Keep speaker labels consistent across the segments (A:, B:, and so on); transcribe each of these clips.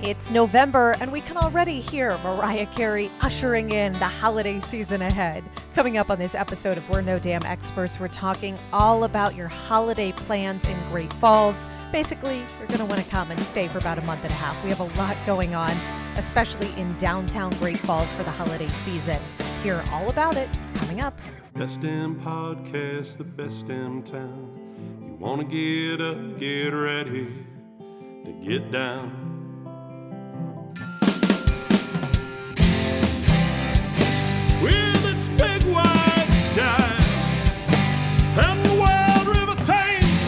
A: It's November, and we can already hear Mariah Carey ushering in the holiday season ahead. Coming up on this episode of We're No Damn Experts, we're talking all about your holiday plans in Great Falls. Basically, you're going to want to come and stay for about a month and a half. We have a lot going on, especially in downtown Great Falls for the holiday season. Hear all about it coming up.
B: Best damn podcast, the best damn town. You wanna get up, get ready to get down. With its big wide sky and the wild river Thames.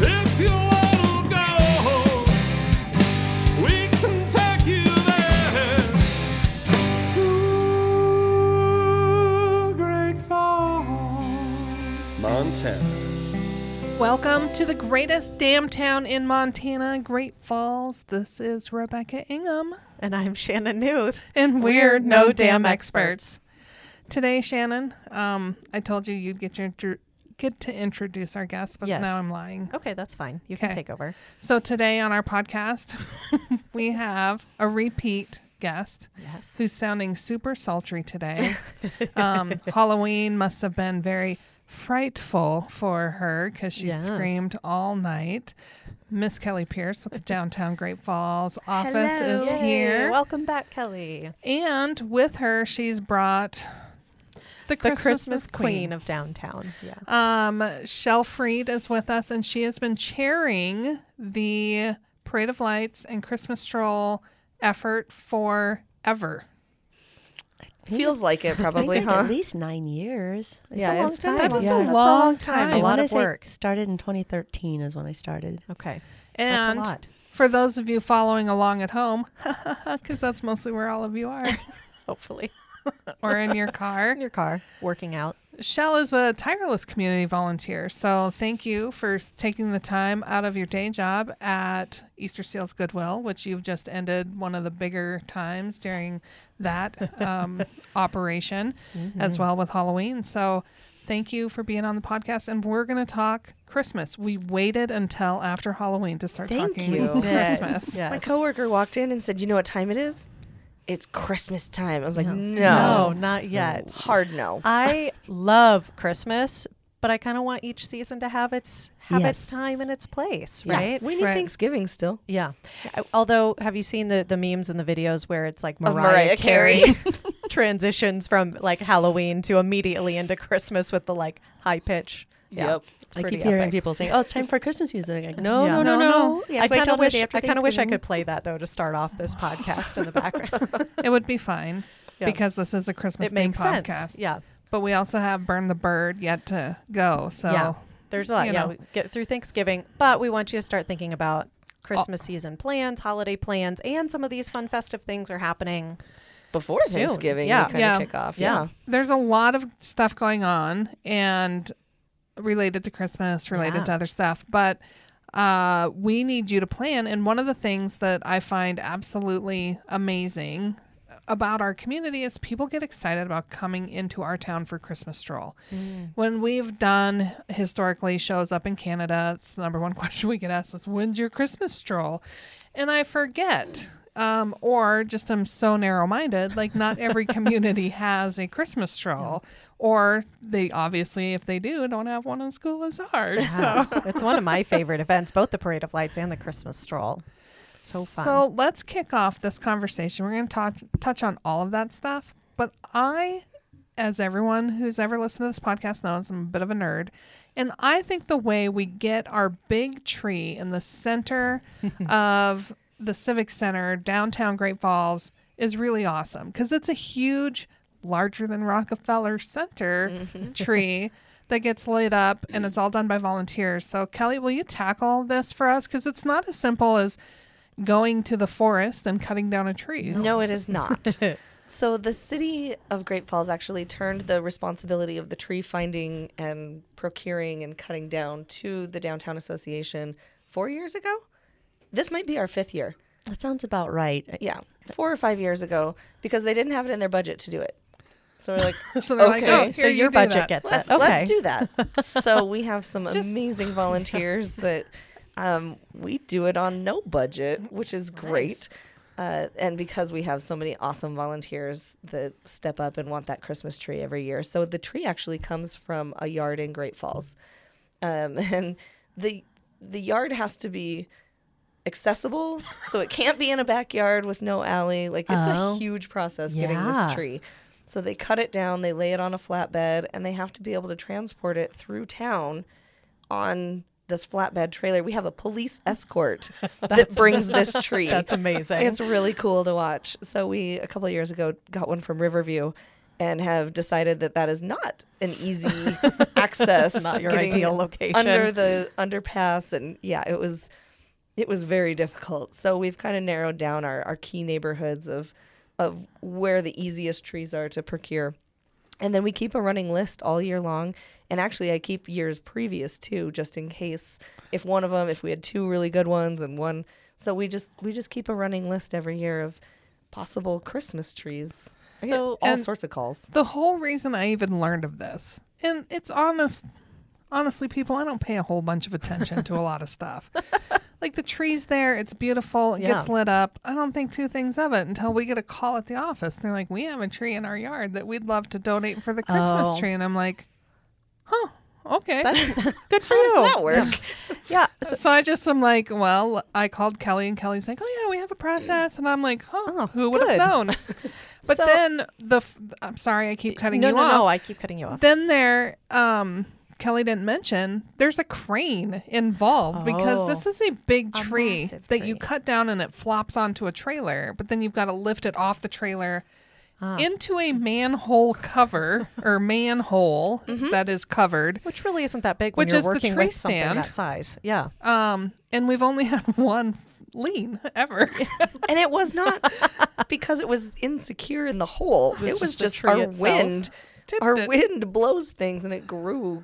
B: If you wanna go, we can take you there. Montana.
C: Welcome to the greatest damn town in Montana, Great Falls. This is Rebecca Ingham,
A: And I'm Shannon Newth.
C: and we're no damn experts. Today, Shannon, um, I told you you'd get your intro- get to introduce our guest, but
A: Yes.
C: now I'm lying.
A: Okay, that's fine. You can
C: Okay.
A: take over.
C: So today on our podcast, we have a repeat guest
A: Yes.
C: who's sounding super sultry today. um, Halloween must have been very frightful for her because she
A: Yes.
C: screamed all night. Miss Kelly Pierce with the Downtown Great Falls office
A: Hello.
C: is
A: Yay.
C: here.
A: Welcome back, Kelly.
C: and with her, she's brought the
A: The
C: Christmas,
A: Christmas, queen. of downtown. Yeah.
C: Um, Shelfried is with us, and she has been chairing the Parade of Lights and Christmas Stroll effort forever.
D: Feels like it,
E: I
D: probably,
E: think
D: huh?
E: At least nine years. It's
D: Yeah,
E: a long
D: it's been
E: time.
D: a
C: That was
D: Yeah,
C: a
D: that's a
C: long
A: A
C: time.
A: lot
E: I
A: of
E: of
A: work.
E: work. Started in 2013 is when I started.
A: Okay. That's a
C: And
A: lot.
C: for those of you following along at home, because that's mostly where all of you are,
A: Hopefully.
C: or in your car,
A: In your car, working out.
C: Shell is a tireless community volunteer. So thank you for s- taking the time out of your day job at Easter Seals Goodwill, which you've just ended one of the bigger times during that um, operation, as
A: Mm-hmm.
C: well with Halloween. So thank you for being on the podcast. And we're going to talk Christmas. We waited until after Halloween to start
E: Thank
C: talking
E: you.
D: We did.
C: Christmas.
D: My
A: Yes.
D: coworker walked in and said, "You know what time it is? It's Christmas time." I was like, "No,
A: No, Uh, not yet.
D: hard no."
A: I love Christmas, but I kind of want each season to have its have its
E: Yes.
A: time and its place,
E: Yeah.
A: right?
D: We need
C: Right.
D: Thanksgiving still.
A: Yeah. I- Although, have you seen the the memes and the videos where it's like Mariah,
D: Of Mariah
A: Carey,
D: Carey.
A: transitions from like Halloween to immediately into Christmas with the like high pitch? Yeah.
D: Yep.
A: It's
E: I
A: pretty
E: keep hearing
A: epic.
E: people saying, "Oh, it's time for Christmas music." Like, no,
A: Yeah.
E: no,
C: No,
E: no, no,
C: no.
E: You
A: I kind
E: have to wait till
A: of
E: the
A: wish
E: day after
A: I kind of wish I
E: Thanksgiving.
A: could play that though to start off this podcast in the background.
C: It would be fine
A: Yeah.
C: because this is a Christmas
A: it
C: themed
A: makes
C: podcast.
A: sense. Yeah.
C: But we also have Burn the Bird yet to go. So.
A: Yeah. There's a lot,
C: you
A: you know,
C: know.
A: we get through Thanksgiving, but we want you to start thinking about Christmas season plans, holiday plans, and some of these fun festive things are happening.
D: Before
A: Soon.
D: Thanksgiving,
A: Yeah.
D: yeah. kind of
C: Yeah.
D: kick off.
A: Yeah.
D: Yeah.
C: there's a lot of stuff going on and related to Christmas, related
A: Yeah.
C: to other stuff, but uh, we need you to plan. And one of the things that I find absolutely amazing about our community is people get excited about coming into our town for Christmas stroll.
A: Mm.
C: When we've done historically shows up in Canada, it's the number one question we get asked is when's your Christmas stroll? And I forget. Um, or just I'm so narrow minded, like not every community has a Christmas stroll. Or they obviously, if they do, don't have one in school as ours. So
A: it's one of my favorite events, both the Parade of Lights and the Christmas Stroll. So fun.
C: So let's kick off this conversation. We're going to talk, touch on all of that stuff. But I, as everyone who's ever listened to this podcast knows, I'm a bit of a nerd. And I think the way we get our big tree in the center of the Civic Center, downtown Great Falls, is really awesome because it's a huge, larger than Rockefeller Center tree. That gets lit up and it's all done by volunteers. So, Kelly, will you tackle this for us? Because it's not as simple as going to the forest and cutting down a tree.
D: No, it is not. so the city of Great Falls actually turned the responsibility of the tree finding and procuring and cutting down to the downtown association four years ago. This might be our fifth year.
E: That sounds about right. I-
D: yeah, four or five years ago because they didn't have it in their budget to do it. So we're like,
C: So they're like,
D: Okay.
C: oh,
D: So
C: here
A: so your
C: do
A: budget
C: that.
A: gets
D: let's,
A: it. Okay.
D: let's do that. So we have some
C: Just-
D: amazing volunteers that Um, we do it on no budget, which is great. Uh, and because we have so many awesome volunteers that step up and want that Christmas tree every year. So the tree actually comes from a yard in Great Falls. Um, and the the yard has to be accessible. so it can't be in a backyard with no alley. Like it's
E: Oh.
D: a huge process getting this
E: Yeah.
D: tree. So they cut it down, they lay it on a flatbed, and they have to be able to transport it through town on this flatbed trailer. We have a police escort that brings this tree.
A: That's amazing.
D: It's really cool to watch. So we a couple of years ago got one from Riverview and have decided that that is not an easy access
A: Not your
D: getting
A: ideal location.
D: under the underpass and yeah it was it was very difficult so we've kind of narrowed down our, our key neighborhoods of of where the easiest trees are to procure and then we keep a running list all year long and actually i keep years previous too just in case if one of them if we had two really good ones and one so we just we just keep a running list every year of possible christmas trees I get
C: So-
D: all
C: and-
D: sorts of calls
C: The whole reason I even learned of this, and it's honest, honestly, people, I don't pay a whole bunch of attention to a lot of stuff. like the tree's there, it's beautiful, it gets
E: Yeah.
C: lit up. I don't think two things of it until we get a call at the office. They're like, "We have a tree in our yard that we'd love to donate for the Christmas
E: Oh.
C: tree," and I'm like, "Huh." Okay.
E: Good for
D: how
E: you.
D: does that work
E: Yeah.
C: so, I just am like, well, I called Kelly and Kelly's like, oh yeah, we have a process, and I'm like, huh, who would have
E: Oh, good.
C: known? But
E: So-
C: then the, f- I'm sorry, I keep cutting
E: no,
C: you
E: no,
C: off.
E: no. I keep cutting you off.
C: Then there, um, Kelly didn't mention there's a crane involved because
E: Oh.
C: this is a big tree
E: massive
C: that you
E: tree.
C: cut down and it flops onto a trailer, but then you've got to lift it off the trailer into a manhole cover or manhole that is covered.
A: which really isn't that big when
C: Which
A: you're
C: is the
A: working
C: tree
A: with something
C: stand.
A: that size. Yeah.
C: Um, and we've only had one lean ever.
D: and it was not because it was insecure in the hole. It was,
A: just the
D: just,
A: tree
D: our
A: itself.
D: wind.
C: Tipped
D: Our
C: it.
D: wind blows things, and it grew.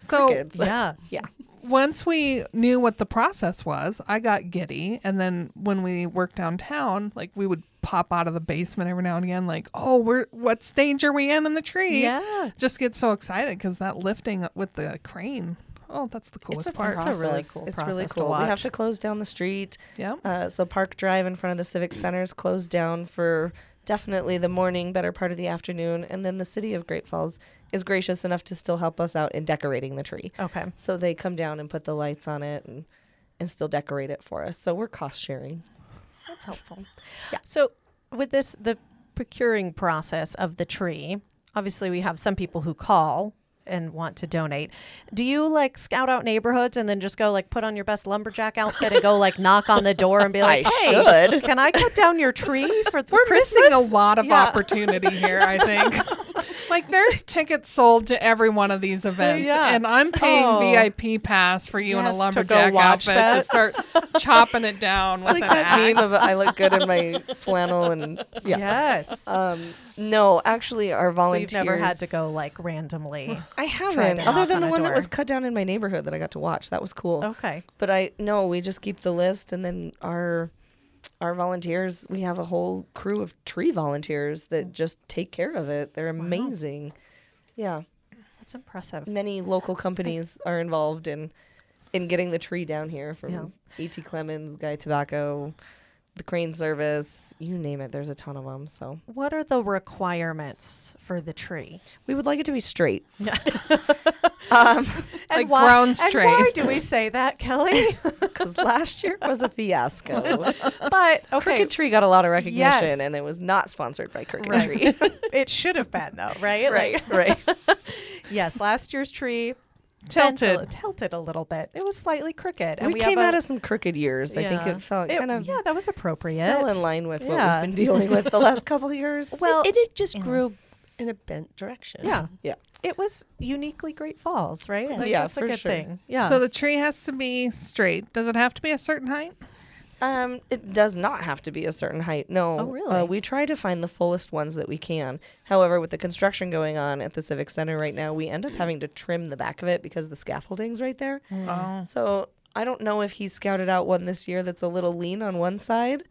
C: so
D: Crickets.
A: Yeah.
D: Yeah,
C: once we knew what the process was, I got giddy. And then when we worked downtown, like we would pop out of the basement every now and again, like, oh, we're what stage are we in in the tree?
E: Yeah.
C: Just get so excited because that lifting with the crane, oh, that's the coolest
A: a
C: part.
A: It's really cool
D: It's really
A: process to
D: cool. We have
A: watch.
D: to close down the street.
C: Yep.
D: Uh, so Park Drive in front of the Civic Center is closed down for definitely the morning, better part of the afternoon, and then the city of Great Falls is gracious enough to still help us out in decorating the tree.
A: Okay.
D: So they come down and put the lights on it and and still decorate it for us. So we're cost sharing.
A: That's helpful. So with this the procuring process of the tree, obviously we have some people who call and want to donate. Do you like scout out neighborhoods and then just go like put on your best lumberjack outfit and go like knock on the door and be like,
D: I
A: "Hey, can I cut down your tree for
C: We're
A: Christmas?"
C: missing a lot of
A: Yeah.
C: opportunity here, I think. like there's tickets sold to every one of these events,
A: Yeah.
C: and I'm paying
A: Oh.
C: VIP pass for you in
A: Yes,
C: a
A: to go
C: lumberjack
A: watch
C: outfit to
A: that.
C: start chopping it down with an axe.
D: meme of I look good in my flannel and yeah.
A: Yes.
D: Um, no, actually, our
A: so
D: volunteers.
A: you've never had to go like randomly. try
D: I
A: to
D: haven't,
A: knock
D: other than
A: on
D: the
A: a
D: one that was
A: door. Oh.
D: cut down in my neighborhood that I got to watch. That was cool.
A: Okay.
D: But I no, we just keep the list, and then our our volunteers. We have a whole crew of tree volunteers that just take care of it. They're amazing. Yeah,
A: That's impressive.
D: many local companies are involved in in getting the tree down here from
A: Yeah.
D: E.T. Clemens, Guy Tobacco, the Crane Service. You name it. There's a ton of them. So.
A: What are the requirements for the tree?
D: We would like it to be straight.
C: Like grown straight.
A: And why do we say that, Kelly?
D: Because last year was a fiasco.
A: but okay,
D: Crooked Tree got a lot of recognition
A: Yes.
D: and it was not sponsored by Crooked
A: Right.
D: Tree.
A: it should have been though, right? Like,
D: right, right.
A: yes, last year's tree bent a
C: tilted.
A: li- tilted a little bit. It was slightly crooked, and
D: we,
A: we,
D: came
A: have
D: out
A: a,
D: of some crooked years. I think
A: yeah.
D: it felt kind of
A: yeah, that was appropriate.
D: fell in line with
A: Yeah.
D: what we've been dealing with the last couple of years.
A: Well,
E: it, it just grew in a bent direction.
A: yeah,
D: yeah.
A: it was uniquely Great Falls, right? Like,
D: Yeah,
A: that's a
D: for
A: good
D: sure.
A: thing. Yeah.
C: So the tree has to be straight. Does it have to be a certain height?
D: Um, it does not have to be a certain height. No.
A: Oh, really?
D: Uh, we try to find the fullest ones that we can. However, with the construction going on at the Civic Center right now, we
A: Mm.
D: end up having to trim the back of it because the scaffolding's right there.
C: Oh.
D: So I don't know if he scouted out one this year that's a little lean on one side,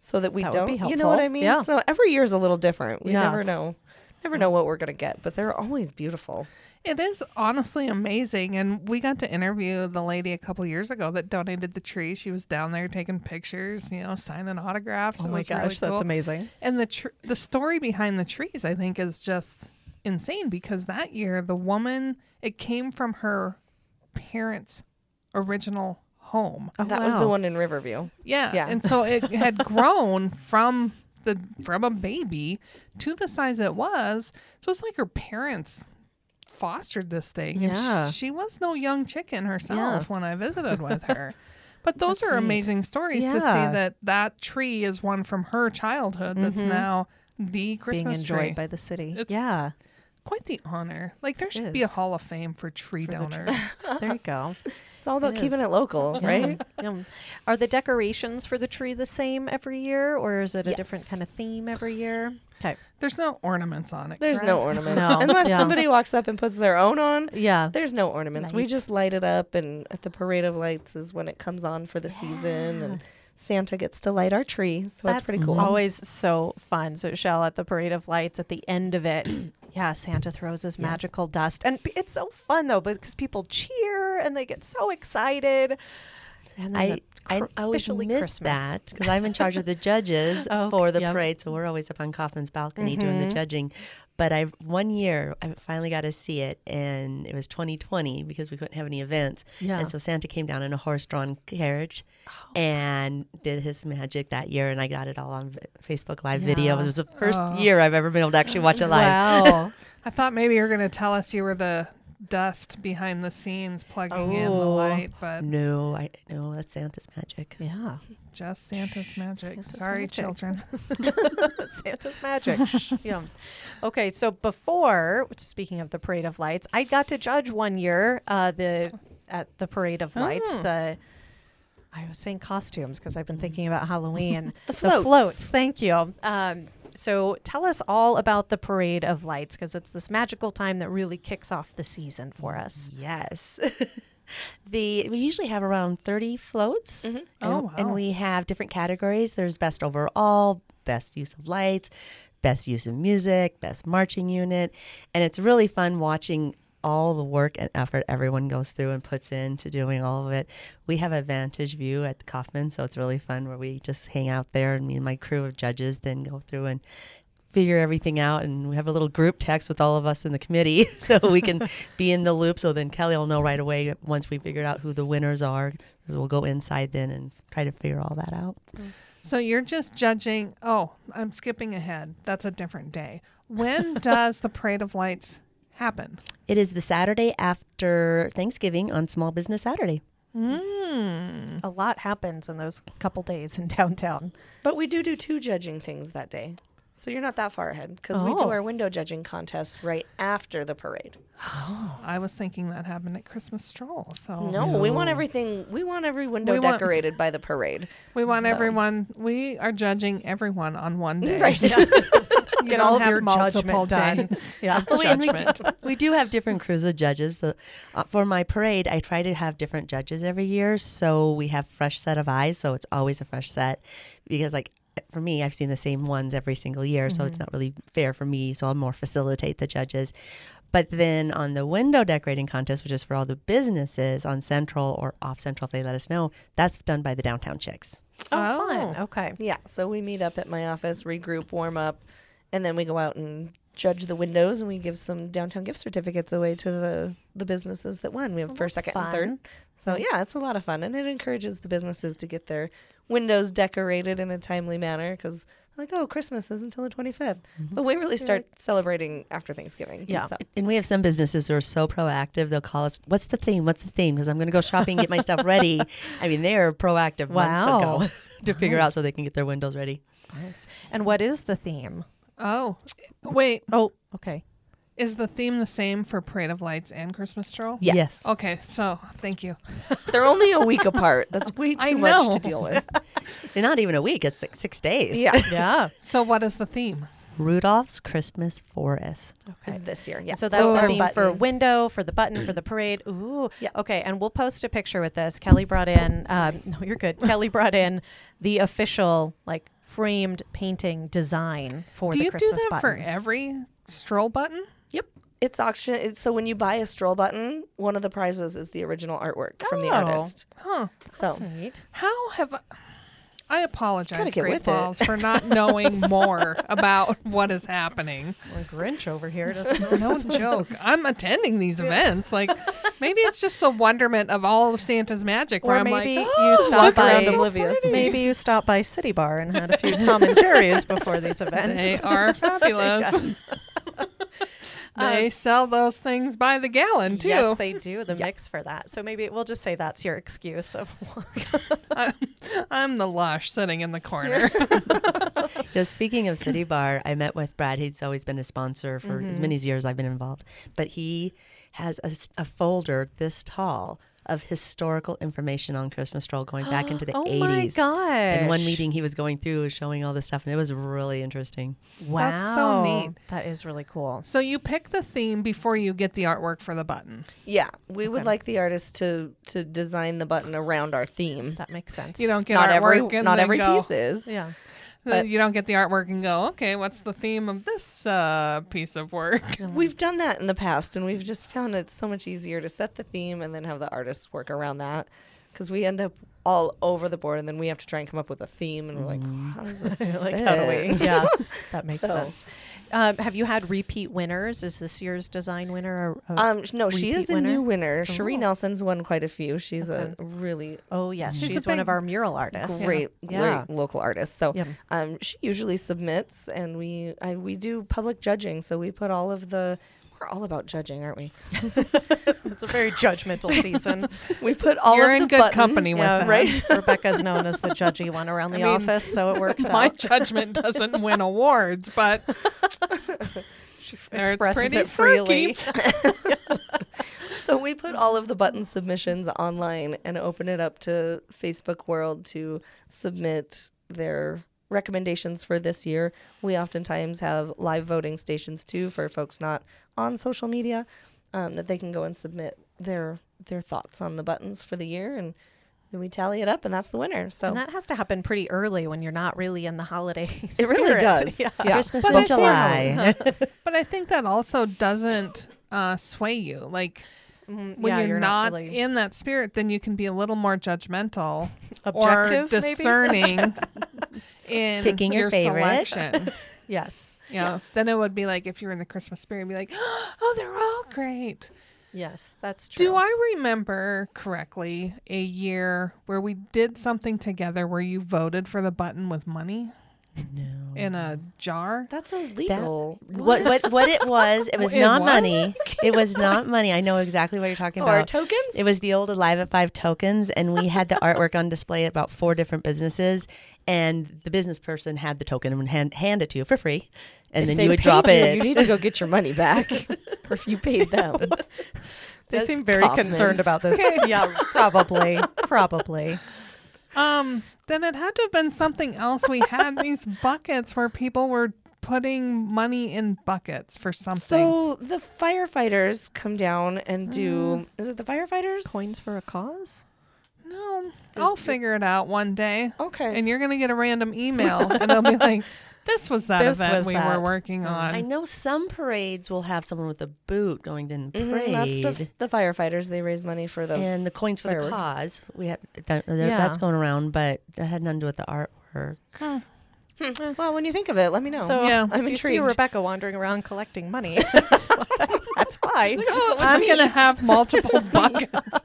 D: so that we
A: That would
D: don't.
A: be
D: You know what
A: helpful.
D: I mean?
A: Yeah.
D: So every year is a little different. We
A: Yeah.
D: never know. Never know what we're going to get, but they're always beautiful.
C: It is honestly amazing. And we got to interview the lady a couple years ago that donated the tree. She was down there taking pictures, you know, signing autographs.
A: Oh
C: It
A: my
C: was
A: gosh,
C: really
A: that's
C: cool.
A: amazing.
C: And the tr- the story behind the trees, I think, is just insane because that year the woman it came from her parents' original home.
A: Oh,
D: that was the
A: wow.
D: one in Riverview.
C: Yeah.
D: Yeah.
C: And so it had grown from the from a baby to the size it was. So it's like her parents fostered this thing. And sh-
A: Yeah.
C: she, was no young chicken herself when I visited with her. But those
A: That's
C: are
A: neat.
C: amazing stories to see
A: Yeah. Mm-hmm.
C: that that tree is one from her childhood that's now the
A: Being
C: Christmas
A: enjoyed
C: tree.
A: by the city.
C: It's-
A: yeah,
C: Quite the honor. Like there should be a
A: is.
C: hall of fame for tree
A: For the tr-
C: donors.
A: there you go.
D: It's all about
A: It
D: keeping
A: is.
D: it local, Uh-huh. right?
A: Yum. Are the decorations for the tree the same every year, or is it a different
D: Yes.
A: kind of theme every year? Okay.
C: There's no ornaments on it.
D: There's
C: correct?
D: no ornaments.
A: No.
D: Unless
A: Yeah.
D: somebody walks up and puts their own on,
A: Yeah.
D: there's no ornaments. We
A: lights.
D: just light it up, and at the Parade of Lights is when it comes on for the season, and Santa gets to light our tree. So that's pretty cool.
A: Always so fun. So Shell at the Parade of Lights at the end of it. yeah, Santa throws his magical dust. And p- it's so fun though because people cheer and they get so excited. And then
E: I,
A: the
E: I,
A: cr-
E: I always
A: officially
E: miss
A: Christmas.
E: that because I'm in charge of the judges
A: Oh,
E: for the
A: yep. Mm-hmm.
E: parade, so we're always up on Kaufman's balcony doing the judging. But I one year I finally got to see it, and it was 2020 because we couldn't have any events.
A: Yeah. Oh.
E: And so Santa came down in a horse-drawn carriage, and did his magic that year, and I got it all on vi- Facebook Live video.
A: Yeah.
E: It was the first
C: Oh.
E: year I've ever been able to actually watch it live.
A: Wow.
C: I thought maybe you were going to tell us you were the dust behind the scenes plugging in the
A: Oh.
C: light, but
E: No, I no, that's Santa's magic.
A: yeah.
C: just Santa's magic.
A: Santa's
C: Sorry,
A: magic.
C: children.
A: Santa's magic. yeah. Okay, so before speaking of the Parade of Lights, I got to judge one year uh, the at the Parade of Lights the. I was saying costumes because I've been thinking about Halloween. the,
D: floats.
A: Thank you. Um, so tell us all about the Parade of Lights because it's this magical time that really kicks off the season for us.
E: Yes. the we usually have around 30 floats and,
C: Oh, wow.
E: and we have different categories. There's best overall, best use of lights, best use of music, best marching unit, and it's really fun watching all the work and effort everyone goes through and puts into doing all of it. We have a vantage view at the Kaufman, so it's really fun where we just hang out there and me and my crew of judges then go through and figure everything out and we have a little group text with all of us in the committee so we can be in the loop so then kelly will know right away once we figured out who the winners are because we'll go inside then and try to figure all that out
C: so you're just judging. Oh, I'm skipping ahead. That's a different day. When does the Parade of Lights happen?
E: it is the saturday after thanksgiving on small business saturday
A: A lot happens in those couple days in downtown.
D: But we do do two judging things that day. So you're not that far ahead because we do
A: Oh.
D: our window judging contest right after the parade.
A: Oh.
C: I was thinking that happened at Christmas Stroll. So
D: Oh, No, we want everything. We want every window
C: We want-
D: decorated by the parade.
C: we want
D: So-
C: everyone, we are judging everyone on one day.
D: Right.
C: You
A: Get
C: don't
A: all of
C: have
A: your
C: multiple
A: judgment done.
C: days.
A: Yeah.
E: Oh, and we do- we do have different crews of judges. The, uh, for my parade, I try to have different judges every year, so we have fresh set of eyes. So it's always a fresh set, because like for me, I've seen the same ones every single year, so it's not really fair for me. So I'll more facilitate the judges. But then on the window decorating contest, which is for all the businesses on Central or off Central, if they let us know, that's done by the downtown chicks.
A: Oh, fun. Okay.
D: Yeah. So we meet up at my office, regroup, warm up, and then we go out and judge the windows and we give some downtown gift certificates away to the the businesses that won. We have first, second, and third. So yeah, it's a lot of fun and it encourages the businesses to get their windows decorated in a timely manner because like oh Christmas is until the 25th. But we really start celebrating after Thanksgiving.
A: Yeah.
D: So.
E: And we have some businesses who are so proactive. They'll call us, "What's the theme? What's the theme?" Because I'm going to go shopping, get my stuff ready. I mean, they are proactive
A: Wow.
E: months ago to figure out so they can get their windows ready.
A: And what is the theme?
C: Oh, wait.
A: Oh, okay.
C: Is the theme the same for Parade of Lights and Christmas Stroll?
E: Yes.
C: Okay, so thank you.
D: They're only a week apart. That's way
C: I
D: too much
C: know.
D: to deal with.
E: And not even a week. It's six, six days.
D: Yeah.
A: Yeah.
C: So, what is the theme?
E: Rudolph's Christmas Forest.
A: Okay.
D: This year. Yeah.
A: So that's
D: our
A: the theme for
D: button.
A: window, for the button, for the parade. Ooh.
D: Yeah.
A: Okay. And we'll post a picture with this. Kelly brought in. Um, no, you're good. Kelly brought in the official like framed painting design for
C: Do
A: the
C: you
A: Christmas
C: do that
A: button.
C: for every stroll button?
D: Yep. It's auction. It's, so when you buy a stroll button, one of the prizes is the original artwork from the
A: Oh.
D: artist.
C: Huh.
D: So
A: Neat.
C: How have I, I apologize,
D: get
C: Great
D: with it.
C: Falls, for not knowing more about what is happening.
A: Well, Grinch over here doesn't know.
C: No joke. I'm attending these events. Like maybe it's just the wonderment of all of Santa's magic where
A: Or
C: I'm
A: maybe you
C: like, "Oh,
A: stop
C: look at
A: by
C: them."
D: oblivious.
A: Maybe you stopped by City Bar and had a few Tom and Jerry's before these events.
C: They are fabulous. they sell those things by the gallon too.
A: Yes, they do the mix for that. So maybe we'll just say that's your excuse of
C: I'm the lush sitting in the corner.
E: You know, speaking of City Bar, I met with Brad. He's always been a sponsor for as many years I've been involved. But he has a, s- a folder this tall of historical information on Christmas Stroll going back into
A: Oh
E: the 80s.
A: gosh!
E: In one meeting, he was going through showing all this stuff, and it was really interesting.
A: wow,
C: That's so neat.
A: That is really cool.
C: so you pick the theme before you get the artwork for the button.
D: yeah, we would like the artist to to design the button around our theme.
A: That makes sense.
C: You don't get
D: Not
C: artwork
D: every
C: and
D: not
C: then
D: every
C: go,
D: piece is.
A: yeah.
C: then you don't get the artwork and go, okay, what's the theme of this uh, piece of work?
A: Mm.
D: We've done that in the past, and we've just found it's so much easier to set the theme and then have the artists work around that because we end up all over the board, and then we have to try and come up with a theme, and we're like, how does this
A: Mm. like
D: fit?
A: how do we? Yeah, that makes
D: So.
A: sense. Um, have you had repeat winners? Is this year's design winner? A, a-
D: Um, sh- no, she is
A: Repeat
D: a new
A: winner?
D: winner. Cherie
A: Oh.
D: Nelson's won quite a few. She's a really
A: oh yes,
C: She's
A: she's,
C: a
A: one
C: big-
A: of our mural artists.
D: great,
A: Yeah.
D: great local artist. So,
A: Yep.
D: um, she usually submits, and we I, we do public judging. So we put all of the we're all about judging, aren't we?
A: It's a very judgmental season.
D: We put all
C: You're
D: of
C: in
D: the
C: good
D: buttons-
C: company with
A: yeah,
C: that.
A: right. Rebecca's known as the judgy one around the
C: mean,
A: office, so it works
C: My
A: out.
C: judgment doesn't win awards, but
A: She f-
C: there it's
A: expresses
C: pretty
A: it freely.
D: So we put all of the button submissions online and open it up to Facebook World to submit their recommendations for this year. We oftentimes have live voting stations too for folks not on social media um, that they can go and submit their their thoughts on the buttons for the year and then we tally it up and that's the winner. So
A: And that has to happen pretty early when you're not really in the holiday.
D: it really does.
A: Yeah.
E: Christmas
C: But I
E: in
C: feel-
E: July.
C: But I think that also doesn't uh, sway you. Like when
A: mm, yeah,
C: you're,
A: you're
C: not,
A: not really-
C: in that spirit, then you can be a little more judgmental or
A: Objective, maybe?
C: discerning in
E: Picking your favorite.
C: selection.
A: Yes.
C: Yeah. Then it would be like if you were in the Christmas spirit, and be like, oh, they're all great.
A: Yes, that's true.
C: Do I remember correctly a year where we did something together where you voted for the button with money? In a jar?
D: That's illegal.
E: What, what what it was? It was
C: It
E: not
C: was?
E: money. It was not money. I know exactly what you're talking
D: Or
E: about.
D: tokens?
E: It was the old Alive at Five tokens, and we had the artwork on display at about four different businesses, and the business person had the token and would hand, hand it to you for free, and then
D: They
E: you would
D: paid
E: drop
D: you.
E: it.
D: You need to go get your money back. or if you paid them.
A: They
D: That's
A: seem very
D: Kaufman.
A: concerned about this. yeah, probably. Probably.
C: Um, then it had to have been something else. We had these buckets where people were putting money in buckets for something.
D: So the firefighters come down and
A: Mm.
D: do. Is it the firefighters?
A: Coins for a cause?
C: no, I'll figure it out one day.
D: Okay.
C: And you're gonna get a random email, and it'll be like, "This was that
A: This
C: event
A: was
C: we were
A: that.
C: working on."
E: I know some parades will have someone with a boot going in the
D: Mhm,
E: parade,
D: That's the, the firefighters. They raise money for the.
E: and the coins for the
D: Fireworks.
E: cause. We had that, that-
A: Yeah.
E: that's going around, but that had nothing to do with the artwork.
D: well, when you think of it, let me know.
A: So
C: Yeah.
A: I'm
D: I'm
A: you see
D: intrigued.
A: Rebecca wandering around collecting money. that's why. That's why.
C: I'm gonna have multiple buckets.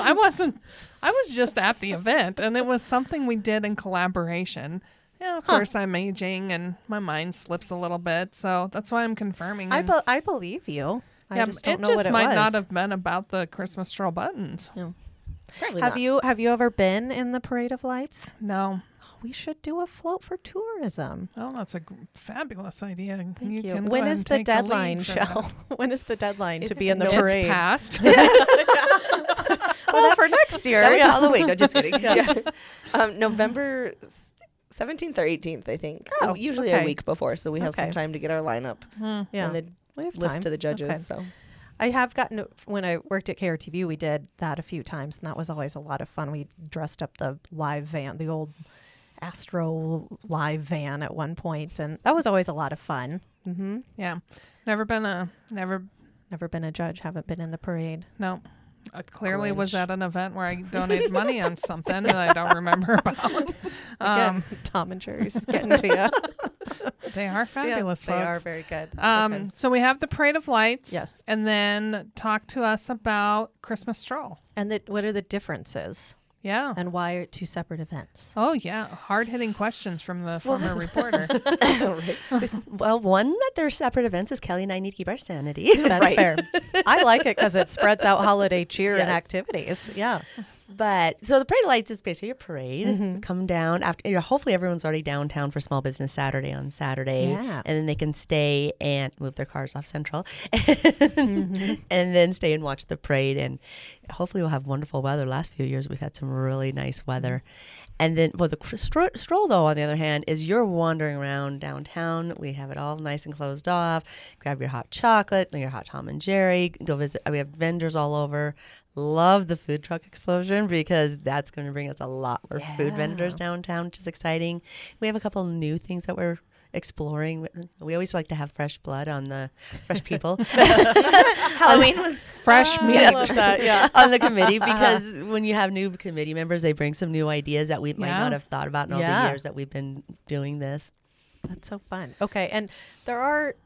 C: I wasn't. I was just at the event, and it was something we did in collaboration. Yeah, of course, I'm aging, and my mind slips a little bit, so that's why I'm confirming.
A: I,
C: and-
A: be- I believe you. I just don't
C: Mm. it
A: know
C: just
A: what it
C: might
A: was.
C: not have been about the Christmas stroll buttons.
D: Probably
A: Have
D: not.
A: you have you ever been in the Parade of Lights?
C: No.
A: We should do a float for tourism.
C: Oh, that's a g- fabulous idea.
A: Thank you.
C: can go
A: When
C: ahead
A: is
C: and
A: the
C: take lead
A: deadline,
C: for that.
A: Shell? When is the deadline to
D: It's
A: be in the
D: no-
A: parade?
C: It's passed.
A: Well, for next year.
E: That was
A: yeah.
D: Oh,
E: Halloween. No, just kidding.
D: um, November s- 17th or 18th, I think.
A: Oh,
D: Usually a
A: okay.
D: week before, so we have some
A: Okay.
D: time to get our lineup
C: Mm-hmm.
A: Yeah.
D: and the
A: we have
D: list
A: time.
D: to the judges.
A: Okay.
D: So
A: I have gotten when I worked at KRTV, we did that a few times, and that was always a lot of fun. We dressed up the live van, the old Astro live van, at one point, and that was always a lot of fun. Mm-hmm.
C: Yeah. Never been a never
A: Never been a judge. Haven't been in the parade.
C: no. I clearly was at an event where I donated money on something that I don't remember about.
A: Again,
C: Um,
A: Tom and Jerry's is getting to you.
C: they are fabulous
A: they are
C: folks.
A: very good.
C: um,
A: Okay.
C: So we have the Parade of Lights.
A: Yes.
C: And then talk to us about Christmas Stroll.
A: And the, what are the differences,
C: Yeah.
A: and why are two separate events?
C: Oh yeah, hard hitting questions from the former reporter.
E: Well, one that they're separate events is Kelly and I need to keep our sanity.
A: That's fair. I like it because it spreads out holiday cheer and activities. Yeah.
E: But so the parade of lights is basically a parade. Come down after. you know, Hopefully, everyone's already downtown for Small Business Saturday on Saturday,
A: Yeah.
E: and then they can stay and move their cars off Central, Mm-hmm. and then stay and watch the parade. And hopefully, we'll have wonderful weather. Last few years, we've had some really nice weather. And then, well, the cr- stro- stroll though, on the other hand, is you're wandering around downtown. We have it all nice and closed off. Grab your hot chocolate, your hot Tom and Jerry. Go visit. We have vendors all over. Love the food truck explosion because that's going to bring us a lot more food vendors downtown, which is exciting. We have a couple new things that we're exploring. We always like to have fresh blood on the fresh people.
D: Halloween was
C: Fresh
A: Mm-hmm.
C: meat.
E: Oh, I love that, yeah. on the committee
A: Uh-huh.
E: because when you have new committee members, they bring some new ideas that we might
C: Yeah.
E: not have thought about in all
A: Yeah.
E: the years that we've been doing this.
A: That's so fun. Okay, and there are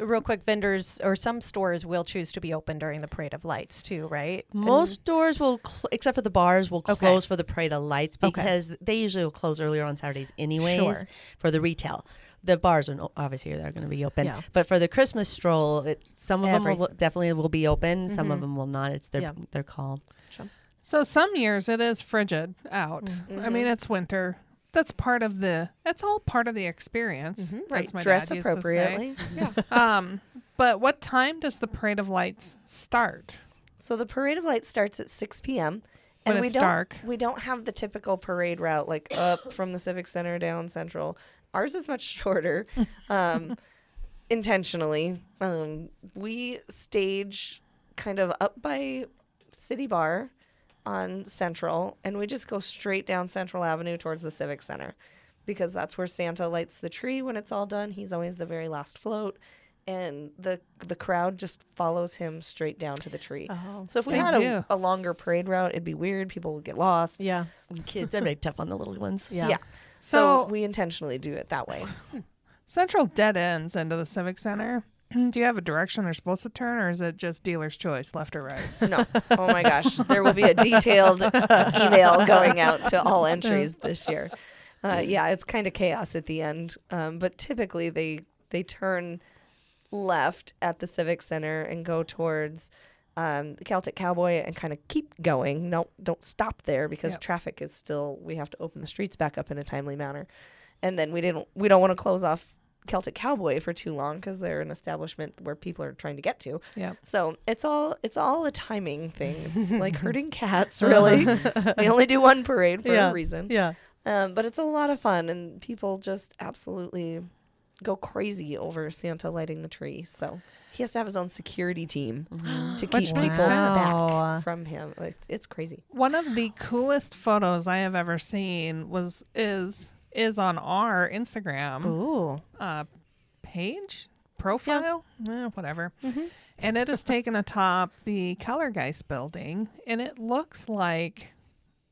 A: real quick vendors or some stores will choose to be open during the parade of lights too, right? And-
E: Most stores will, cl- except for the bars, will close for the parade of lights because they usually will close earlier on Saturdays, anyways,
A: Sure.
E: for the retail. The bars are no- obviously they're going to be open,
A: Yeah.
E: but for the Christmas stroll, it, some of them will,
A: Everything. Mm-hmm.
E: definitely will be open. Some of them will not. It's their
A: Yeah.
E: their call.
C: So some years it is frigid out. I
D: Mm-hmm.
C: mean, it's winter. That's part of the. That's all part of the experience. Right.
D: Mm-hmm. dress appropriately.
C: Um, but what time does the parade of lights start?
D: So the parade of lights starts at 6 p.m.
C: When
D: we
C: it's
D: don't,
C: dark.
D: We don't have the typical parade route like up from the Civic Center down Central. Ours is much shorter, um, intentionally. Um, we stage kind of up by City Bar on Central, and we just go straight down Central Avenue towards the Civic Center because that's where Santa lights the tree when it's all done. He's always the very last float. And the the crowd just follows him straight down to the tree.
C: Uh,
A: Oh.
D: so if we
C: They
D: had
C: do.
D: a, a longer parade route, it'd be weird. People would get lost.
A: yeah,
E: Kids, that'd be tough on the little ones.
A: yeah.
D: So,
C: So,
D: we intentionally do it that way.
C: Central dead ends into the Civic Center. Do you have a direction they're supposed to turn, or is it just dealer's choice, left or right?
D: No. Oh my gosh. There will be a detailed email going out to all entries this year. Uh, yeah, it's kind of chaos at the end. Um, but typically they they turn left at the Civic Center and go towards um, the Celtic Cowboy and kind of keep going. No, don't stop there because
C: Yep.
D: traffic is still. We have to open the streets back up in a timely manner, and then we didn't. We don't want to close off Celtic Cowboy for too long because they're an establishment where people are trying to get to.
C: Yep.
D: So it's all it's all a timing thing. It's like herding cats, really. we only do one parade for
A: Yeah.
D: a reason.
A: Yeah.
D: Um, but it's a lot of fun, and people just absolutely go crazy over Santa lighting the tree. So he has to have his own security team
A: Mm-hmm.
D: to keep
C: Which
D: people
C: makes
D: back from him. It's, it's crazy.
C: One of the coolest photos I have ever seen was is is on our Instagram.
A: Ooh.
C: uh, page profile, Eh, whatever. And it is taken atop the Kellergeist building, and it looks like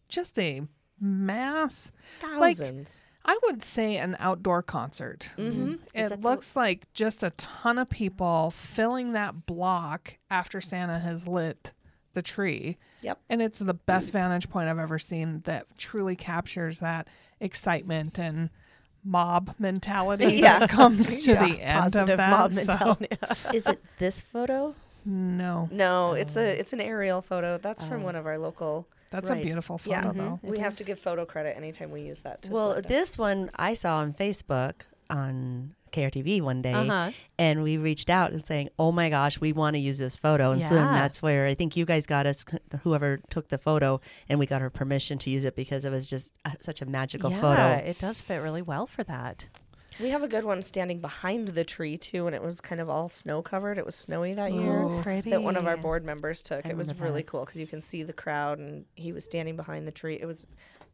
C: just a mass.
D: Thousands.
C: I would say an outdoor concert. Mm-hmm. It
D: that the-
C: looks like just a ton of people filling that block after Santa has lit the tree.
D: yep.
C: And it's the best vantage point I've ever seen that truly captures that excitement and mob mentality
D: Yeah.
C: that comes to the end of
A: Positive
C: that.
A: mob
C: so-
A: mentality.
E: Is it this photo?
C: no,
D: No, it's
C: Oh.
D: a it's an aerial photo. That's from one of our local.
C: that's a
E: Right.
C: beautiful photo
D: Yeah, Mm-hmm.
A: Mm-hmm.
C: though.
D: we have to give photo credit anytime we use that. To
E: Well,
D: Florida.
E: this one I saw on Facebook on KRTV one day,
A: Uh-huh.
E: and we reached out and saying, "Oh my gosh, we want to use this photo." And so then
A: Yeah.
E: that's where I think you guys got us, whoever took the photo, and we got her permission to use it because it was just uh, such a magical
A: yeah,
E: photo.
A: it does fit really well for that.
D: We have a good one standing behind the tree too, and it was kind of all snow covered. It was snowy that
C: Oh.
D: year
A: pretty.
D: that one of our board members took.
E: I
D: it was
E: remember
D: really
E: that.
D: cool because you can see the crowd, and he was standing behind the tree. It was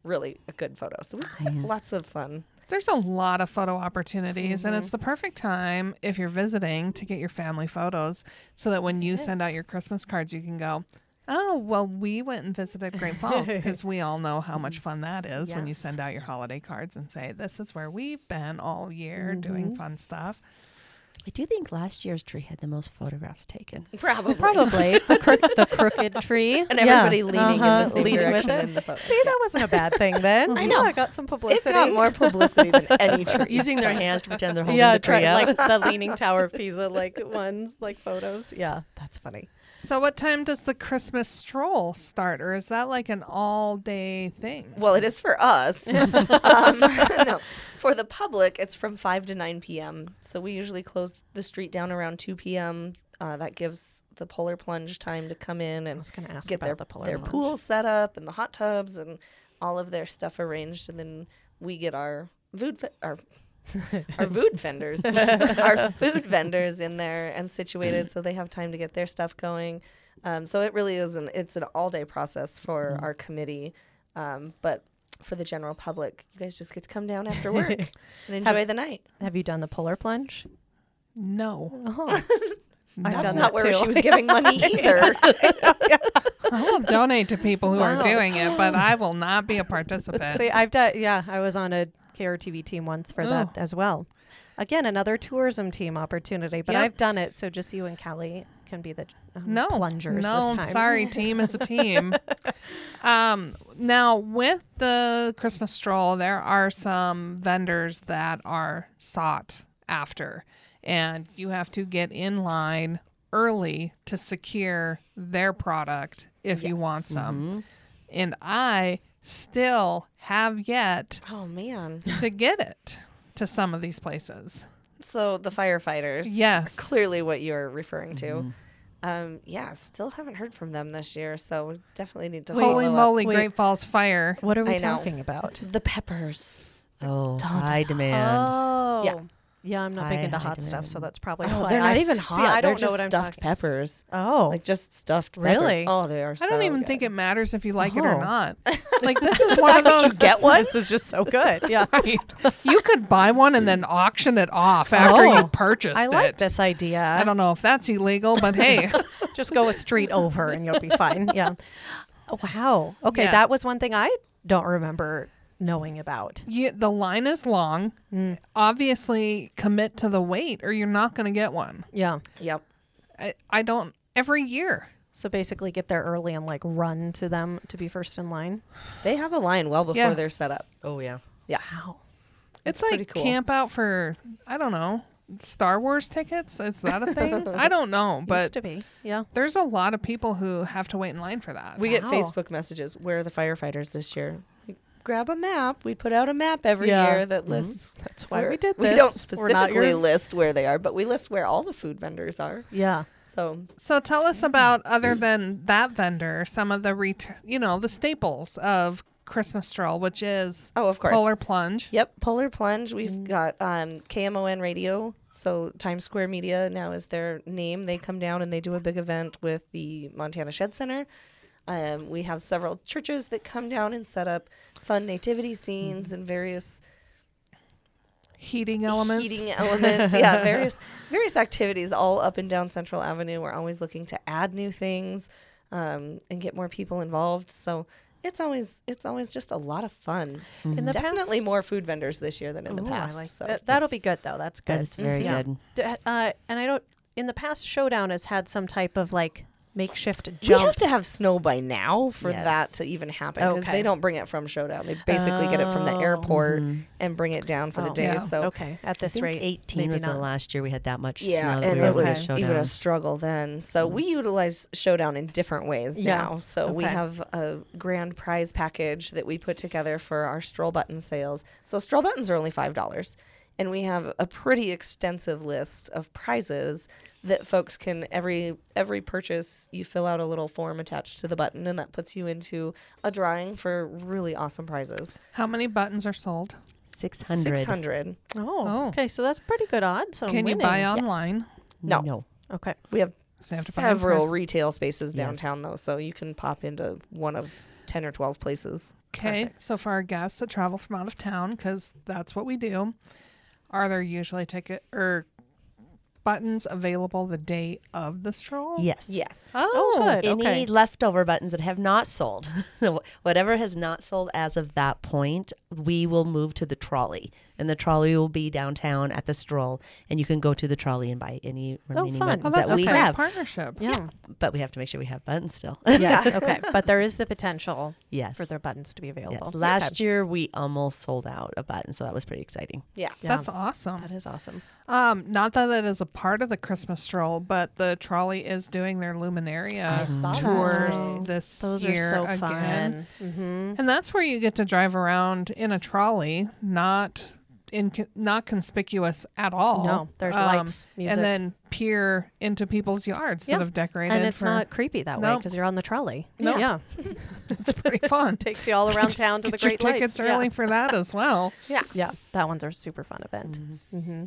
D: really a good photo. So we had lots of fun.
C: There's a lot of photo opportunities, and it's the perfect time if you're visiting to get your family photos so that when you send out your Christmas cards, you can go, Oh, well, we went and visited Great Falls because we all know how much fun that is when you send out your holiday cards and say, This is where we've been all year doing fun stuff.
E: I do think last year's tree had the most photographs taken.
D: Probably.
A: Probably the, crook the crooked tree.
D: And
E: Yeah.
D: everybody leaning in
E: Uh-huh.
D: the same
A: Leaning with
D: direction
A: it.
D: in the photo.
A: See, that wasn't a bad thing then. I know. I got some
D: It
A: publicity.
D: got more publicity than any tree.
E: Using their hands to pretend they're holding
A: yeah,
E: the tree
A: try,
E: up.
A: like the Leaning Tower of Pisa, like ones, like photos. Yeah, that's funny.
C: So, what time does the Christmas stroll start, or is that like an all day thing?
D: Well, it is for us. um, no. For the public, it's from 5 to 9 p.m. So we usually close the street down around 2 p.m. Uh, that gives the polar plunge time to come in and
A: was gonna ask
D: get
A: about
D: their,
A: the polar
D: their
A: plunge.
D: pool set up and the hot tubs and all of their stuff arranged. And then we get our food, fe- our, our food vendors, our food vendors in there and situated so they have time to get their stuff going. Um, so it really is an it's an all day process for our committee, um, but for the general public, you guys just get to come down after work and enjoy the night.
A: Have you done the polar plunge?
C: No.
A: I've
D: That's
A: done
D: not
A: that
D: where
A: too.
D: she was giving money either.
C: I will donate to people who are doing it, but I will not be a participant.
A: See, I've done. Yeah, I was on a KRTV team once for that as well. Again, another tourism team opportunity, but
C: Yep.
A: I've done it. So just you and Callie can be the um,
C: no
A: plungers
C: No,
A: this time.
C: sorry, team is a team. um, now with the Christmas stroll, there are some vendors that are sought after, and you have to get in line early to secure their product if you want
A: Mm-hmm.
C: some. And I still have yet
D: oh man!
C: to get it to some of these places.
D: So the firefighters,
C: Yes.
D: clearly what you're referring to. Um, yeah, still haven't heard from them this year, so we definitely need to.
C: Holy
D: follow up.
C: moly,
A: Wait.
C: Great Falls Fire.
A: What are we
D: I know.
A: talking about?
D: The peppers.
E: oh, high demand.
A: Oh,
D: Yeah.
A: Yeah, I'm not
E: I-
A: big into
E: I
A: hot
E: didn't
A: stuff,
E: even-
A: so that's probably.
D: Oh,
A: why
D: they're not
A: I-
D: even hot.
A: See, I don't
D: they're
A: know
D: just
A: what I'm
D: stuffed
A: talking.
D: peppers.
A: Oh,
D: Like just stuffed peppers.
A: Really?
D: Oh, they are.
C: I don't even think it matters if you like it
A: Oh.
C: or not. Like this is one of those
A: get one. This is just so good. Yeah,
C: Right. You could buy one and then auction it off after
A: Oh,
C: you purchased
A: I
C: it.
A: like this idea.
C: I don't know if that's illegal, but hey,
A: just go a street over and you'll be fine. Yeah. Oh, Wow. Okay,
C: Yeah.
A: that was one thing I don't remember knowing about.
C: you, the line is long.
A: Mm.
C: Obviously, commit to the wait or you're not going to get one.
A: Yeah.
D: Yep.
C: I, I don't every year.
A: So basically, get there early and like run to them to be first in line.
D: They have a line well before
C: Yeah.
D: they're set up.
E: Oh, yeah.
D: Yeah.
A: Wow.
C: It's
D: pretty
C: like
D: cool.
C: camp out for I don't know Star Wars tickets. Is that a thing? I don't know,
A: Used
C: but
A: to be. Yeah.
C: there's a lot of people who have to wait in line for that.
D: We get
A: Wow.
D: Facebook messages. Where are the firefighters this year? We grab a map. We put out a map every
A: Yeah.
D: year that lists.
A: That's why
D: where-
A: we did this.
D: We don't
A: We're not
D: specifically
A: your-
D: list where they are, but we list where all the food vendors are.
A: yeah.
D: So
C: So tell us about other than that vendor, some of the ret- you know the staples of Christmas stroll, which is
D: Oh, of course.
C: polar plunge.
D: Yep, Polar Plunge.
A: Mm.
D: We've got um, KMON Radio. So Times Square Media now is their name. They come down and they do a big event with the Montana Shed Center. Um, we have several churches that come down and set up fun nativity scenes
A: Mm.
D: and various
C: heating elements.
D: heating elements. yeah, various various activities all up and down Central Avenue. We're always looking to add new things um, and get more people involved. So it's always it's always just a lot of fun.
E: Mm-hmm.
A: In the
D: Definitely
A: past,
D: more food vendors this year than in the
A: Ooh, I
D: past.
A: like
D: so.
A: that. that'll be good though. That's good.
E: That is very
A: Yeah.
E: good.
A: D- Uh, and I don't. In the past, Showdown has had some type of like makeshift
D: We have
A: jump.
D: to have snow by now for
E: Yes.
D: that to even happen because
A: Okay.
D: they don't bring it from Showdown. They basically get it from the
A: Oh.
D: airport
E: Mm-hmm.
D: and bring it down for the
A: Oh,
D: day.
C: yeah.
D: So
A: okay, at
E: I
A: this
E: think
A: rate,
E: 18
A: maybe
E: was
A: not.
E: the last year we had that much
D: yeah,
E: snow that
D: and
E: we
D: it
E: were
D: was
E: able to show
D: even
E: down.
D: a struggle then. So we utilize Showdown in different ways
A: Yeah.
D: now. So we
A: Okay.
D: have a grand prize package that we put together for our stroll button sales. So stroll buttons are only five dollars, and we have a pretty extensive list of prizes that folks can every every purchase you fill out a little form attached to the button and that puts you into a drawing for really awesome prizes
C: How many buttons are sold?
E: 600.
D: 600
A: Oh,
C: Oh.
A: okay. So that's pretty good odds. on
C: Can you
A: winning.
C: buy online?
D: No.
E: No.
A: Okay.
D: we have
C: So I have to buy 'em
D: several
C: first.
D: retail spaces downtown though, so you can pop into one of ten or twelve places.
C: Okay, so for our guests that travel from out of town, because that's what we do, are there usually ticket or buttons available the day of the stroll?
E: Yes.
D: Yes.
C: Oh, good.
E: Any leftover buttons that have not sold, so whatever has not sold as of that point, we will move to the trolley, and the trolley will be downtown at the stroll, and you can go to the trolley and buy any remaining
A: fun.
C: Oh,
E: buttons
C: that's
E: that we
C: a great
E: have.
C: partnership.
A: Yeah.
E: But we have to make sure we have buttons still.
A: Yes. okay. But there is the potential
E: yes.
A: for their buttons to be available.
E: yes. Last year we almost sold out a button, so that was pretty exciting.
D: Yeah.
C: That's awesome.
A: That is awesome.
C: Um, not that it is a part of the Christmas stroll, but the trolley is doing their Luminaria tours this
A: Those
C: year
A: are so
C: again.
A: fun.
C: And that's where you get to drive around in a trolley, not in not conspicuous at all.
A: No, there's lights, music.
C: and then peer into people's yards
A: Yeah.
C: that have decorated.
A: And it's
C: for-
A: not creepy that way way
C: Nope.
A: because you're on the trolley.
C: Nope.
A: Yeah.
C: It's pretty fun. Take
A: Takes you all around town to the
C: your
A: great
C: tickets
A: lights.
C: early
A: Yeah.
C: for that as well.
A: Yeah, that one's a super fun event. hmm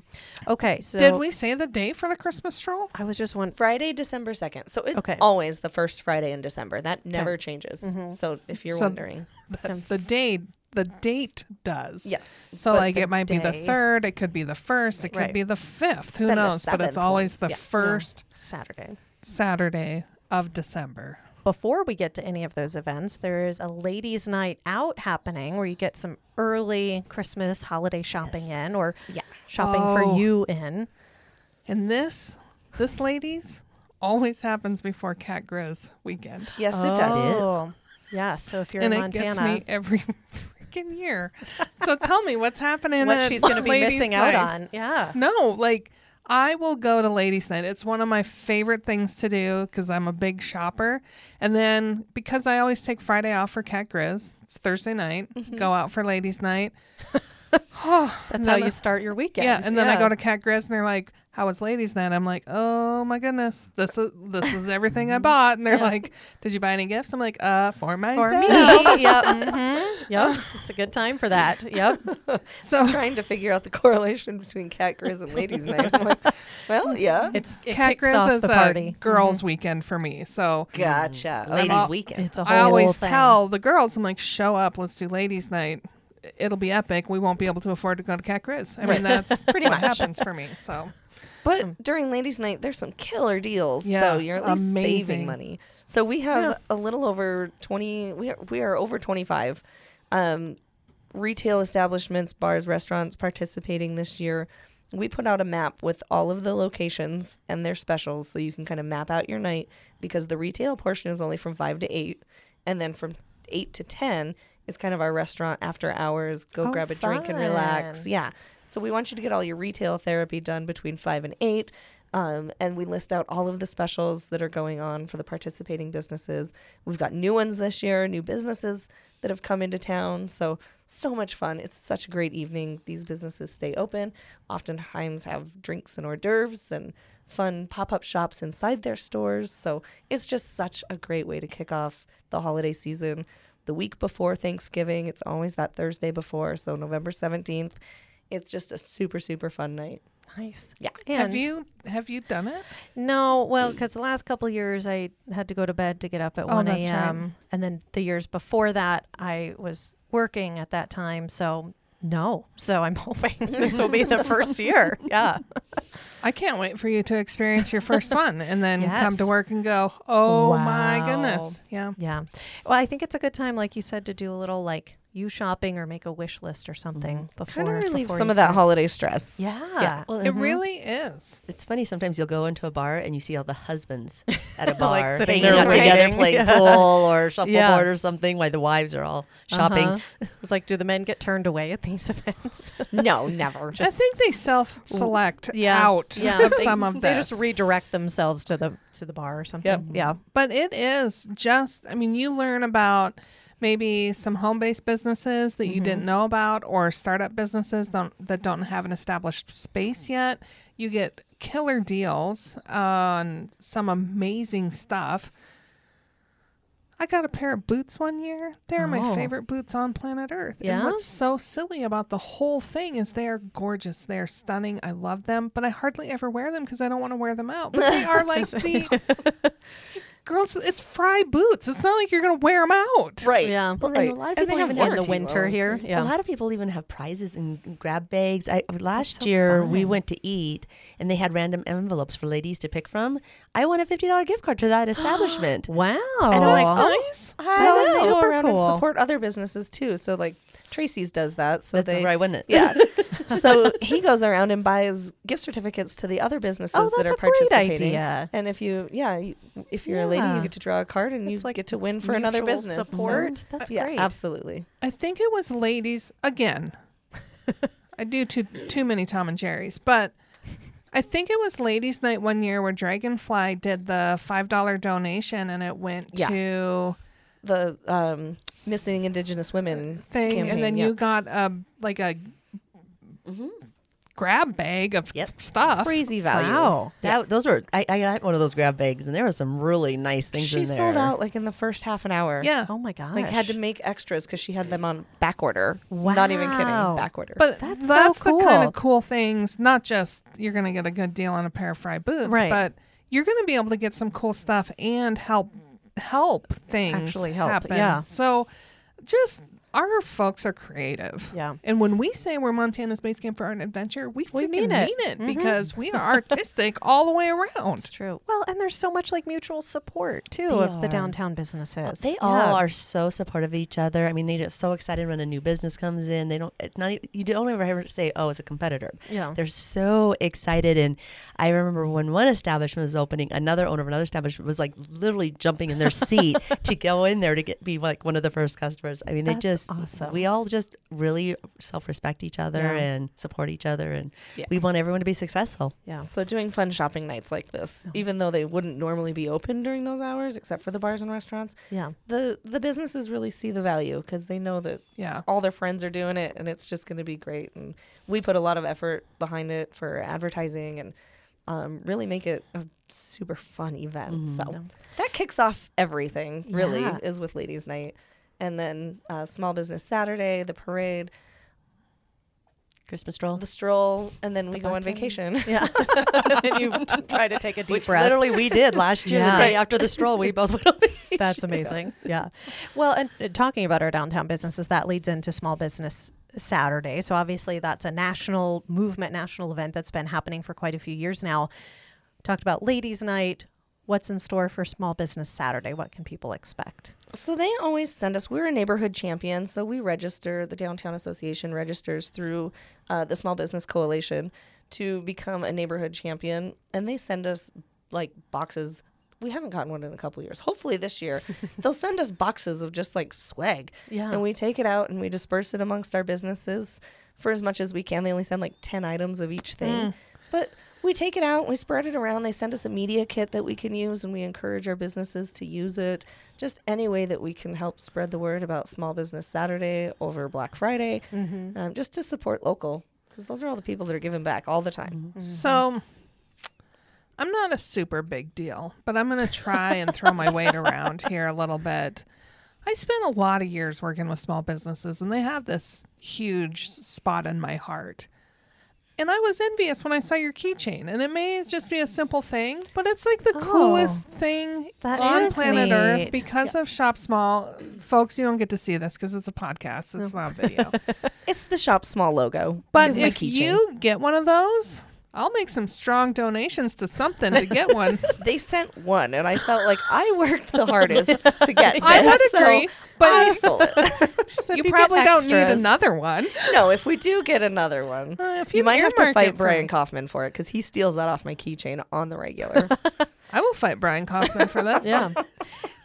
A: Okay, so
C: Did we say the day for the Christmas stroll?
A: I was just one.
D: Friday, December second. So it's
A: Okay.
D: always the first Friday in December. That never changes. So if you're
C: So-
D: wondering,
C: The, the day, the date does.
D: yes,
C: So
A: But
C: like
A: the
C: it might be the
A: day-
C: third, it could be the first, it could
A: Right.
C: be the fifth. Who
D: been the
C: knows? But it's
D: seventh
C: always
D: once,
C: the
D: yeah.
C: first
A: Saturday.
C: Saturday of December.
A: Before we get to any of those events, there is a ladies' night out happening where you get some early Christmas holiday shopping in or
D: Yeah.
A: shopping
C: Oh.
A: for you in.
C: And this, this ladies, always happens before Cat Grizz weekend.
D: yes, it does.
A: Oh, yes. So if you're
C: and
A: in
C: it
A: Montana,
C: gets me every freaking year. So tell me what's happening.
A: what
C: at
A: she's going to be
C: Ladies'
A: missing out
C: Night.
A: on. Yeah.
C: No, like I will go to ladies' night. It's one of my favorite things to do because I'm a big shopper. And then because I always take Friday off for Cat Grizz, it's Thursday night.
A: Mm-hmm.
C: Go out for ladies' night.
A: That's
C: then
A: how
C: I-
A: you start your weekend.
C: Yeah, and then I go to Cat Grizz and they're like, "How was ladies' night?" I'm like, "Oh my goodness, this is this is everything
A: Mm-hmm.
C: I bought." And they're like, "Did you buy any gifts?" I'm like, "Uh, for my
A: for me. yep. mhm, Yep. It's a good time for that. Yep.
C: So
D: Trying to figure out the correlation between cat grizz and ladies' night. I'm like, well, yeah,
A: It's it
C: Cat
A: kicks off
C: Grizz is
A: the
C: a
A: party. Mm-hmm.
C: girls' weekend for me. So
D: gotcha.
E: Ladies'
C: all-
E: weekend.
A: It's a whole
C: I always
A: thing.
C: tell the girls, I'm like, show up, let's do ladies' night. It'll be epic. We won't be able to afford to go to Cat Grizz. I mean, that's pretty what happens for me. So
D: But during ladies' night, there's some killer deals.
C: Hmm. Yeah,
D: so you're at least
C: amazing.
D: saving money. So we have a little over 20, we are, we are over 25 um, retail establishments, bars, restaurants participating this year. We put out a map with all of the locations and their specials so you can kind of map out your night because the retail portion is only from 5 to 8. And then from 8 to 10 is kind of our restaurant after hours, go
A: Oh,
D: grab a drink and relax.
A: fun.
D: Yeah. So we want you to get all your retail therapy done between five and eight. Um, and we list out all of the specials that are going on for the participating businesses. We've got new ones this year, new businesses that have come into town. So, so much fun. It's such a great evening. These businesses stay open, oftentimes have drinks and hors d'oeuvres and fun pop up shops inside their stores. So, it's just such a great way to kick off the holiday season the week before Thanksgiving. It's always that Thursday before, so November 17th. It's just a super super fun night.
A: Nice.
D: Yeah.
A: And
C: have you have you done it?
A: No, well, because the last couple of years I had to go to bed to get up at
C: Oh,
A: 1
C: that's right.
A: a.m. And then the years before that, I was working at that time. So, no. So, I'm hoping this will be the first year. Yeah.
C: I can't wait for you to experience your first one and then come
A: Yes.
C: to work and go, oh my
A: Wow.
C: goodness. Yeah.
A: Yeah. Well, I think it's a good time, like you said, to do a little like you shopping or make a wish list or
C: Mm.
A: something before.
D: Kind of relieve
A: before
D: some
A: you
D: of that
A: start.
D: holiday stress.
A: Yeah.
E: Well,
A: Mm-hmm.
C: It really is.
E: It's funny sometimes you'll go into a bar and you see all the husbands at a bar
A: Like sitting
E: They're
A: and
E: together
A: waiting.
E: playing
A: Yeah.
E: pool or shuffleboard
A: Yeah.
E: or something while the wives are all shopping.
A: Uh-huh. It's like, do the men get turned away at these events?
D: No, never.
C: I think they self select
A: yeah.
C: out
A: Yeah.
C: of
A: They-
C: some of this.
A: They just redirect themselves to the to the bar or something. Yeah.
C: But it is just, I mean, you learn about maybe some home based businesses that you
A: Mm-hmm.
C: didn't know about or startup businesses don't, that don't have an established space yet. You get killer deals on some amazing stuff. I got a pair of boots one year. They're my
A: Oh.
C: favorite boots on planet Earth.
A: Yeah?
C: And what's so silly about the whole thing is they are gorgeous. They are stunning. I love them, but I hardly ever wear them because I don't want to wear them out. But they are like the girls. It's fry boots. It's not like you're gonna wear them out.
D: Right.
A: Yeah.
E: Well,
D: Right.
E: and a lot of
A: And
E: people
A: they have
E: even
A: one in the
D: warranty
A: winter
E: Oh,
D: loan.
A: here. Yeah.
E: A lot of people even have prizes and grab bags. I, uh, last
A: so
E: year we
A: fun.
E: went to eat and they had random envelopes for ladies to pick from. I won a fifty dollar gift card to that establishment.
A: wow.
E: And I'm like,
C: That's
E: oh,
C: nice.
E: I
D: Well,
E: know.
D: and
A: super
D: go around
A: cool.
D: and support other businesses too. So like Tracy's does that. So
E: that's
D: they
E: right, wasn't it?
D: yeah. so he goes around and buys gift certificates to the other businesses
A: Oh,
D: that
A: that's
D: are
A: a great
D: participating.
A: idea.
D: And if you yeah, you, if you're a lady,
A: Yeah.
D: you get to draw a card and you
A: It's like
D: get to win for another
A: Mutual
D: business. So,
A: support. That's
D: yeah,
A: great.
D: absolutely.
C: I think it was ladies again. I do too too many Tom and Jerry's, but I think it was ladies' night one year where Dragonfly did the five dollar donation and it went
D: Yeah.
C: to
D: The um, missing indigenous women
C: thing,
D: campaign,
C: and then
D: yeah. Mm-hmm.
C: you got a like a grab bag of
E: Yep.
C: stuff.
D: crazy value.
A: Wow.
E: That, Those were I, I got one of those grab bags and there were some really nice things
D: She
E: in there.
D: sold out like in the first half an hour.
C: Yeah,
A: Oh my gosh.
D: Like had to make extras because she had them on back order. Not even kidding,
A: Wow.
D: back order.
C: but
A: That's
C: that's,
A: so
C: the kind
A: cool.
C: of cool things. Not just you're going to get a good deal on a pair of fry boots,
A: Right.
C: but you're going to be able to get some cool stuff and help help things
A: Actually help,
C: happen.
A: yeah.
C: So just our folks are creative.
A: Yeah.
C: And when we say we're Montana's base camp for art and adventure, we,
A: We
C: freaking
A: mean
C: mean
A: it. Mm-hmm.
C: it, because we are artistic all the way
A: It's
C: around.
A: true. Well, and there's so much like mutual support too
E: They
A: of the
E: are.
A: downtown businesses.
E: They all are so supportive of each other. I mean, they get so excited when a new business comes in. They don't it's not e- you don't ever ever say, "Oh, it's a competitor."
A: Yeah.
E: they're so excited. And I remember when one establishment was opening, another owner of another establishment was like literally jumping in their seat to go in there to get be like one of the first customers. I mean, they
A: That's
E: just we all just really self respect each other
A: Yeah.
E: and support each other, and
D: Yeah.
E: we want everyone to be successful.
A: Yeah.
D: So doing fun shopping nights like
A: Oh.
D: this, even though they wouldn't normally be open during those hours, except for the bars and restaurants,
A: Yeah.
D: the the businesses really see the value because they know that
C: Yeah.
D: all their friends are doing it, and it's just going to be great. And we put a lot of effort behind it for advertising and um, really make it a super fun event. So that kicks off everything. Really
A: Yeah.
D: is with Ladies' Night, and then uh, Small Business Saturday, the parade,
E: Christmas stroll.
D: the stroll, and then we go on vacation.
A: Yeah. and you t- try to take a deep breath.
E: Literally, we did last year.
A: Yeah.
E: The day after the stroll, we both went on
A: That's amazing. yeah. Well, and uh, talking about our downtown businesses, that leads into Small Business Saturday. So obviously, that's a national movement, national event that's been happening for quite a few years now. Talked about Ladies' Night. What's in store for Small Business Saturday? What can people expect?
D: So they always send us. We're a neighborhood champion, so we register. The downtown association registers through uh, the Small Business Coalition to become a neighborhood champion, and they send us like boxes. We haven't gotten one in a couple years. Hopefully this year, they'll send us boxes of just like swag,
A: Yeah.
D: and we take it out and we disperse it amongst our businesses for as much as we can. They only send like ten items of each thing,
C: Mm.
D: but. We take it out, we spread it around. They send us a media kit that we can use, and we encourage our businesses to use it. Just any way that we can help spread the word about Small Business Saturday over Black Friday,
A: Mm-hmm.
D: um, just to support local, because those are all the people that are giving back all the time.
A: Mm-hmm.
C: So I'm not a super big deal, but I'm going to try and throw my weight around here a little bit. I spent a lot of years working with small businesses, and they have this huge spot in my heart. And I was envious when I saw your keychain, and it may just be a simple thing, but it's like the coolest thing
A: Oh. that
C: on
A: is
C: planet
A: neat.
C: Earth because of Shop Small. Folks, you don't get to see this because it's a podcast, it's not a video.
D: It's the Shop Small logo.
C: But
D: is my
C: if
D: keychain.
C: you get one of those, I'll make some strong donations to something to get one.
D: they sent one, and I felt like I worked the hardest to get.
C: I
D: this,
C: would
D: so
C: agree, but
D: I stole it.
C: you
A: you get
C: probably don't need
A: extras.
C: another one.
D: No, if we do get another one,
C: Uh, if
D: you
C: you
D: might have to
C: earmark it
D: fight
C: for
D: Brian
C: me.
D: Kaufman for it because he steals that off my keychain on the regular.
C: I will fight Brian Kaufman for this.
A: Yeah.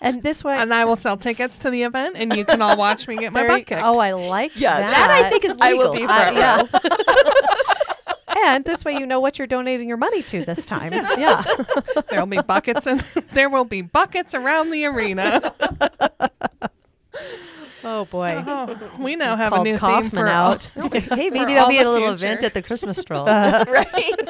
A: and this way,
C: And I will sell tickets to the event, and you can all watch me get my
A: Very-
C: butt kicked.
A: oh, I like
D: Yes.
A: that.
D: That
A: I think
D: is I will legal. be
A: Uh,
D: forever.
A: yeah. and this way, you know what you're donating your money to this time. Yeah.
C: there will be buckets, and there will be buckets around the arena.
A: Oh boy.
C: Oh, we now have a
A: Called
C: new
A: Kaufman
C: theme for uh,
A: out.
C: All,
E: Hey,
C: for
E: maybe
C: all
E: that'll be
C: the
E: at a little
C: future.
E: event at the Christmas stroll.
D: right?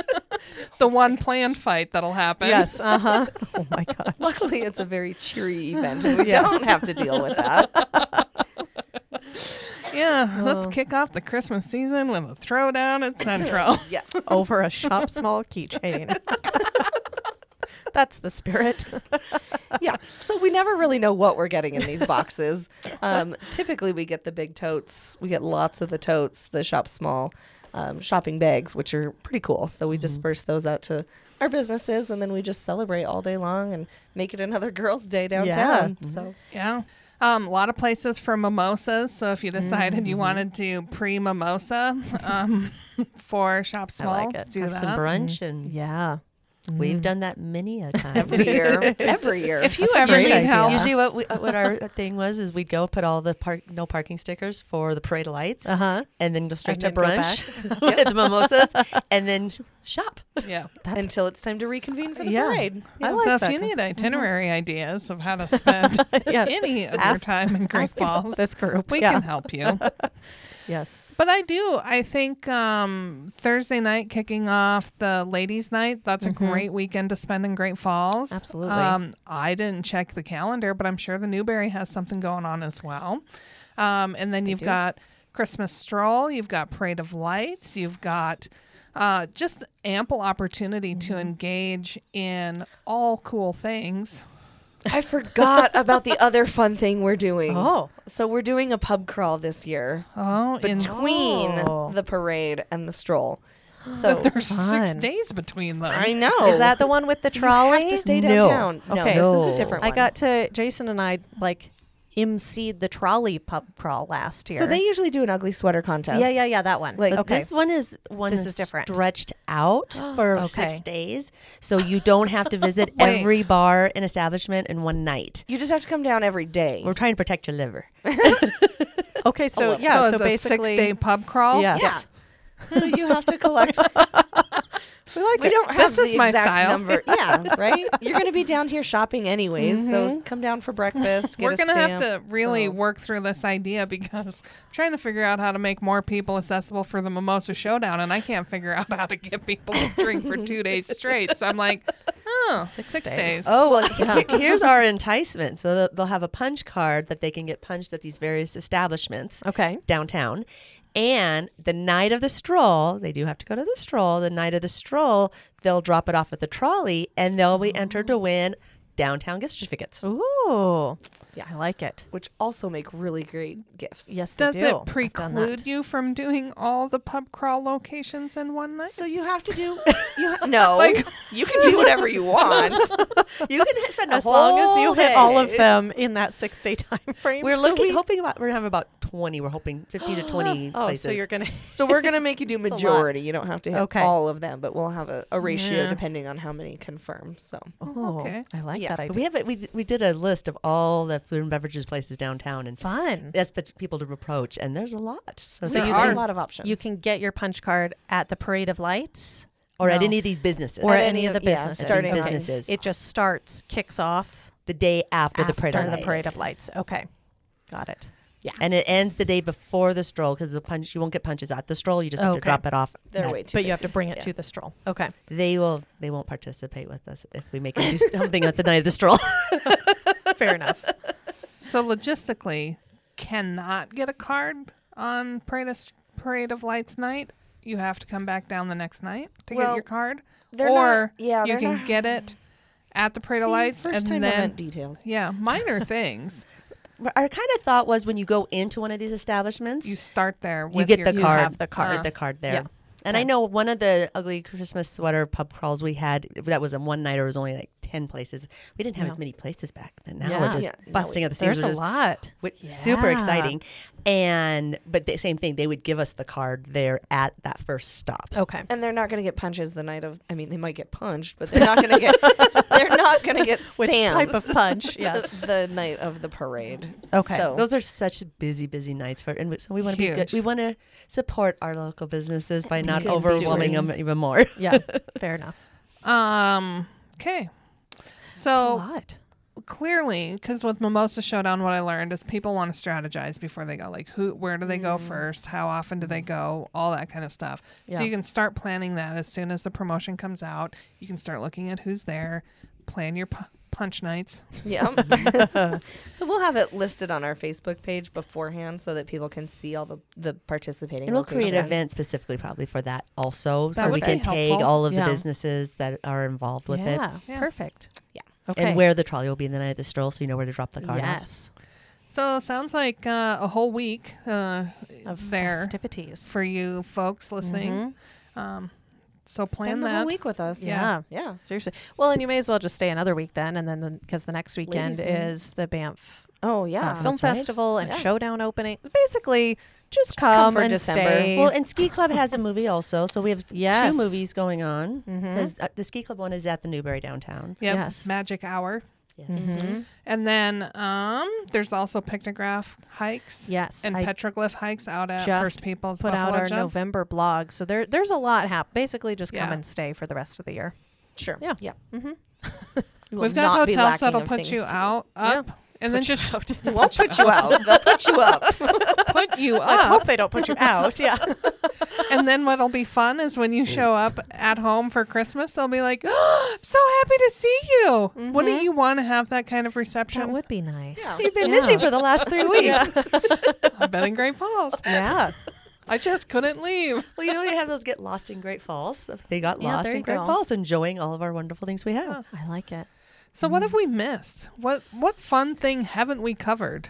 C: the one planned fight that'll happen.
A: Yes. Uh huh. oh my god.
D: Luckily, it's a very cheery event, and we don't have to deal with that.
C: Yeah. Let's
A: Oh.
C: kick off the Christmas season with a throwdown at Central.
D: Yes.
A: Over a shop small keychain. That's the spirit.
D: yeah. So we never really know what we're getting in these boxes. Um, typically, we get the big totes. We get lots of the totes, the shop small um, shopping bags, which are pretty cool. So we disperse those out to our businesses, and then we just celebrate all day long and make it another girls' day downtown. So
C: Yeah. Um, a lot of places for mimosas. So if you decided you wanted to pre mimosa um, for Shop Small,
E: like it.
C: do
E: Have
C: that.
E: some brunch, and
A: Yeah.
E: we've done that many a time.
D: every year, every year.
C: If you ever need
E: usually,
C: help,
E: usually what we, what our thing was is we'd go put all the park no parking stickers for the parade of lights,
A: huh.
E: Uh, and then go straight
A: And
E: to
A: then go
E: brunch with the mimosas, and then sh- shop.
C: yeah.
D: until it's time to reconvene for the
A: Yeah.
D: parade.
A: I
C: so
A: like
C: if
A: that
C: you
A: con-
C: need itinerary ideas of how to spend
A: Yeah.
C: any of
A: Ask-
C: your time in Great
A: ask about
C: Falls,
A: this group.
C: we
A: Yeah.
C: can help you.
A: Yes.
C: But I do. I think um, Thursday night kicking off the ladies' night. That's a great weekend to spend in Great Falls.
A: Mm-hmm. Absolutely.
C: Um, I didn't check the calendar, but I'm sure the Newberry has something going on as well. Um, and then you've got Christmas stroll. You've got Parade of Lights. You've got uh, just ample opportunity
A: Mm-hmm.
C: to engage in all cool things.
D: I forgot about the other fun thing we're doing.
A: Oh.
D: So we're doing a pub crawl this year
C: Oh, in
D: between
A: Oh.
D: the parade and the stroll. So
C: but there's six
A: Fun.
C: days between them.
D: I know.
A: Is that the one with the trolley?
D: have to stay downtown?
A: No.
D: Oh. No,
A: Okay.
D: this is
E: No.
D: a different
A: I
D: one.
A: got to Jason and I like emceed the trolley pub crawl last year.
D: So they usually do an ugly sweater contest.
A: Yeah, yeah, yeah. That one.
D: Like-
E: But
A: okay.
E: this one is one
A: This
E: is
A: is different.
E: stretched out for
A: Okay.
E: six days, so you don't have to visit
C: Wait.
E: every bar and establishment in one night.
D: You just have to come down every day.
E: We're trying to protect your liver.
A: okay. So yeah.
C: Oh, so,
A: So,
C: it's a
A: basically,
C: six-day pub crawl.
A: Yes.
D: Yeah. So you have to collect.
A: we like
D: we
A: it.
D: don't have
C: This
D: the
C: is my
D: exact
C: style.
D: number. Yeah, right. You're going to be down here shopping anyways, so come down for breakfast. Get
C: We're
D: a
C: gonna have to
D: stamp.
C: really
D: So-
C: work through this idea because I'm trying to figure out how to make more people accessible for the Mimosa Showdown, and I can't figure out how to get people to drink for two days straight. So I'm like, oh, six days.
A: days.
E: Oh well, he- here's our enticement. So they'll- they'll have a punch card that they can get punched at these various establishments
A: Okay.
E: downtown. And the night of the stroll, they do have to go to the stroll. The night of the stroll, they'll drop it off at the trolley, and they'll be entered to win downtown gift certificates.
A: Ooh. Yeah, I like it.
D: which also make really great gifts.
A: Yes, they
C: Does
A: do.
C: it
A: I've done
C: preclude you from doing all the pub crawl locations in one night?
D: So you have to do. You ha- no,
C: Like-
D: you can do whatever you want.
E: You can spend
A: that.
E: a
A: As long as
E: whole
A: you hit all of
E: day.
A: them in that six-day time frame.
E: We're looking, hoping about we're gonna have about twenty. We're hoping fifteen to twenty
A: Oh,
E: places.
A: so you're gonna.
D: So we're gonna make you do
A: lot.
D: majority. You don't have to hit
A: Okay.
D: all of them, but we'll have a, a ratio
C: Yeah.
D: depending on how many confirm. So
A: Oh,
C: okay.
A: I like
D: Yeah,
A: that
E: But
A: idea.
E: we have a, we d- we did a list of all the food and beverages places downtown, and
A: Fun.
E: that's the people to approach, and there's a lot.
A: So
E: there's
D: there's
A: you
D: a
A: can-
D: lot of options.
A: You can get your punch card at the Parade of Lights
E: or at
A: No.
E: any of these businesses
A: or
D: At
A: at
D: any
A: any of the
D: of- yeah,
A: businesses.
D: starting
A: Okay.
E: businesses.
A: It just starts, kicks off
E: the day after,
A: after
E: the parade. of
A: the
E: lights.
A: Parade of Lights. Okay, got it.
E: and it ends the day before the stroll because the punch you won't get punches at the stroll. You just have to
A: Okay.
E: drop it off.
D: They're
E: at-
D: way too.
A: but you have to
D: busy.
A: bring it
D: Yeah.
A: to the stroll. Okay.
E: They will. They won't participate with us if we make them do something at the night of the stroll.
A: Fair enough.
C: So logistically, cannot get a card on Parade of, Parade of Lights night. You have to come back down the next night to get
D: Well,
C: your card,
D: they're not-
C: or
D: yeah,
C: you
D: they're
C: can
D: not-
C: get it at the Parade of
D: See,
C: Lights
D: First
C: and
D: time
C: then
D: event details.
C: Yeah, minor things.
E: But Our kind of thought was when you go into one of these establishments,
C: You start there. With
E: you get
C: your,
E: the card.
A: have the card.
E: Get the card there.
A: Yeah.
E: And I know one of the ugly Christmas sweater pub crawls we had that was a one nighter was only like ten places. We didn't have as many places back then. Now we're
A: Yeah.
E: just
D: Yeah. Now
E: busting at the seams.
A: There's
E: We're
A: a
E: just-
A: lot.
E: which super
A: Yeah.
E: exciting. And but the same thing, they would give us the card there at that first stop.
A: Okay.
D: And they're not going to get punches the night of. I mean, they might get punched, but they're not going to get. they're not going to get stamps.
A: Which type of punch? Yes.
D: the night of the parade.
A: Okay.
D: So
E: Those are such busy, busy nights for, and so we want to be good.
C: Huge.
E: We want to support our local businesses by not
A: Yes,
E: overwhelming
A: please.
E: them even more.
A: Yeah. Fair enough.
C: Um. Uh, Okay.
A: A
E: Oh,
C: So
A: lot.
C: clearly, because with Mimosa Showdown, what I learned is people want to strategize before they go. Like, who, where do they go first? How often do they go? All that kind of stuff. So
D: Yeah.
C: you can start planning that as soon as the promotion comes out. You can start looking at who's there, plan your pu- punch nights.
D: Yeah. so we'll have it listed on our Facebook page beforehand so that people can see all the, the participating.
E: And we'll create an
D: locations.
E: event specifically probably for that also.
C: That
E: so we
C: would be
E: can tag
C: helpful.
E: all of
A: Yeah.
E: the businesses that are involved with it.
A: yeah,
C: Yeah.
A: perfect.
D: Yeah.
A: Okay.
E: And where the trolley will be in the night of the stroll so you know where to drop the car off.
A: Yes.
C: So it sounds like uh, a whole week uh,
A: Of
C: there
A: festivities. Mm-hmm.
C: for you folks listening. Um, so plan
D: Spend the
C: that.
D: whole week with us.
A: Yeah.
D: Yeah.
A: Seriously. Well, and you may as well just stay another week then, and then because the next weekend
D: Ladies' night.
A: is the Banff
D: Oh
A: uh,
C: Uh-huh.
D: yeah.
A: Film Festival and
D: Yeah.
A: Showdown opening. Basically, just,
D: come
A: come,
D: for
A: and
D: December.
A: stay.
E: Well, and Ski Club has a movie also. So we have
A: Yes. Mm-hmm.
E: two movies going on. 'Cause, uh, the Ski Club one is at the Newberry downtown.
C: Yep.
A: Yes.
C: Magic hour.
E: Yes.
A: Mm-hmm.
C: And then um, there's also pictograph hikes.
A: Yes,
C: And
A: I
C: petroglyph hikes out at
A: just
C: First Peoples
A: put
C: Buffalo
A: out our
C: Jump.
A: November blog, so there there's a lot happening. Basically, just come
C: Yeah.
A: and stay for the rest of the year.
D: Sure.
A: Yeah.
D: Yeah. Mm-hmm.
C: We've got hotels that'll put you out, up, and then just
D: Won't put you out. They'll put you up.
C: put you
A: Let's
C: up.
A: hope they don't put you out. Yeah.
C: and then what'll be fun is when
A: Mm.
C: you show up at home for Christmas, they'll be like, oh, "I'm so happy to see you."
A: Mm-hmm.
C: Wouldn't you want to have that kind of reception?
A: That would be nice.
D: Yeah.
E: You've been missing for the last three weeks.
C: I've been in Great Falls.
A: Yeah.
C: I just couldn't leave.
E: Well, you know, you have those get lost in Great Falls. They got
A: Yeah,
E: lost
A: there
E: in
A: you
E: Great
A: go.
E: Falls, enjoying all of our wonderful things we have.
A: I like it.
C: So
D: Mm.
C: what have we missed? What what fun thing haven't we covered?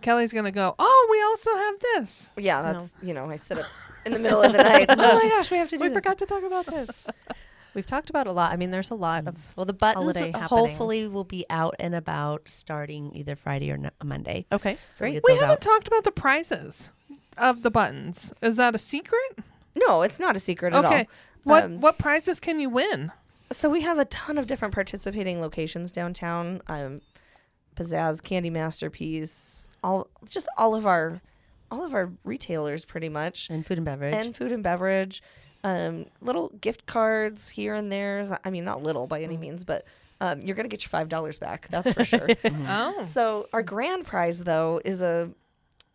C: Kelly's gonna go. Oh, we also have this.
D: Yeah. That's you know I sit up in the middle of the night. Oh my gosh, we have to do.
A: We
D: this.
A: forgot to talk about this. We've talked about a lot. I mean, there's a lot of
E: Well, the buttons
A: Holiday
E: hopefully
A: happenings.
E: will be out and about starting either Friday or n- Monday.
A: okay,
E: So we'll
A: great.
E: get
C: We
E: those
C: haven't
E: out.
C: talked about the prizes of the buttons. Is that a secret?
D: No, it's not a secret at all.
C: Okay. What
D: Um,
C: what prizes can you win?
D: So we have a ton of different participating locations downtown. Um, Pizzazz, Candy Masterpiece, all just all of our all of our retailers pretty much,
E: and food and beverage.
D: and food and beverage, um, little gift cards here and there. I mean, not little by
E: Mm.
D: any means, but um, you're gonna get your five dollars back. That's for sure.
C: Oh,
D: so our grand prize though is a.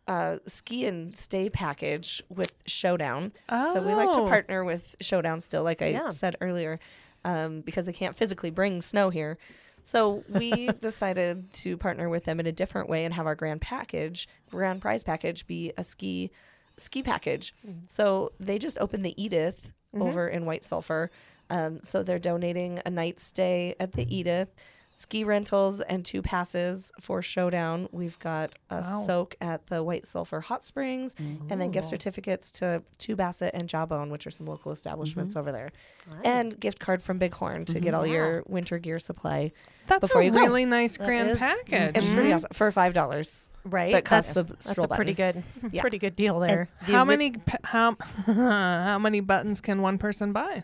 D: Uh, ski and stay package with Showdown. So we like to
C: Oh.
D: partner with Showdown still, like I
A: Yeah.
D: said earlier, um, because they can't physically bring snow here. So we decided to partner with them in a different way and have our grand package, grand prize package, be a ski ski package.
C: Mm-hmm.
D: So they just opened the Edith over in White Sulphur. Um, so they're donating a night stay at the Edith, ski rentals, and two passes for Showdown. We've got a
C: Wow.
D: soak at the White Sulphur Hot Springs, and then gift certificates to Tubasset and Jawbone, which are some local establishments over there, and gift card from Bighorn to get all your winter gear supply.
C: that's
D: before
C: a
D: you go.
C: really nice grand
E: is-
C: package.
D: It's pretty awesome for five dollars.
A: Right,
D: But
A: that's,
D: cost the
A: that's
D: stroll
A: a pretty good,
D: Yeah.
A: pretty good deal there.
E: The
C: Mm-hmm. How
E: ori-
C: many pa- how how many buttons can one person buy?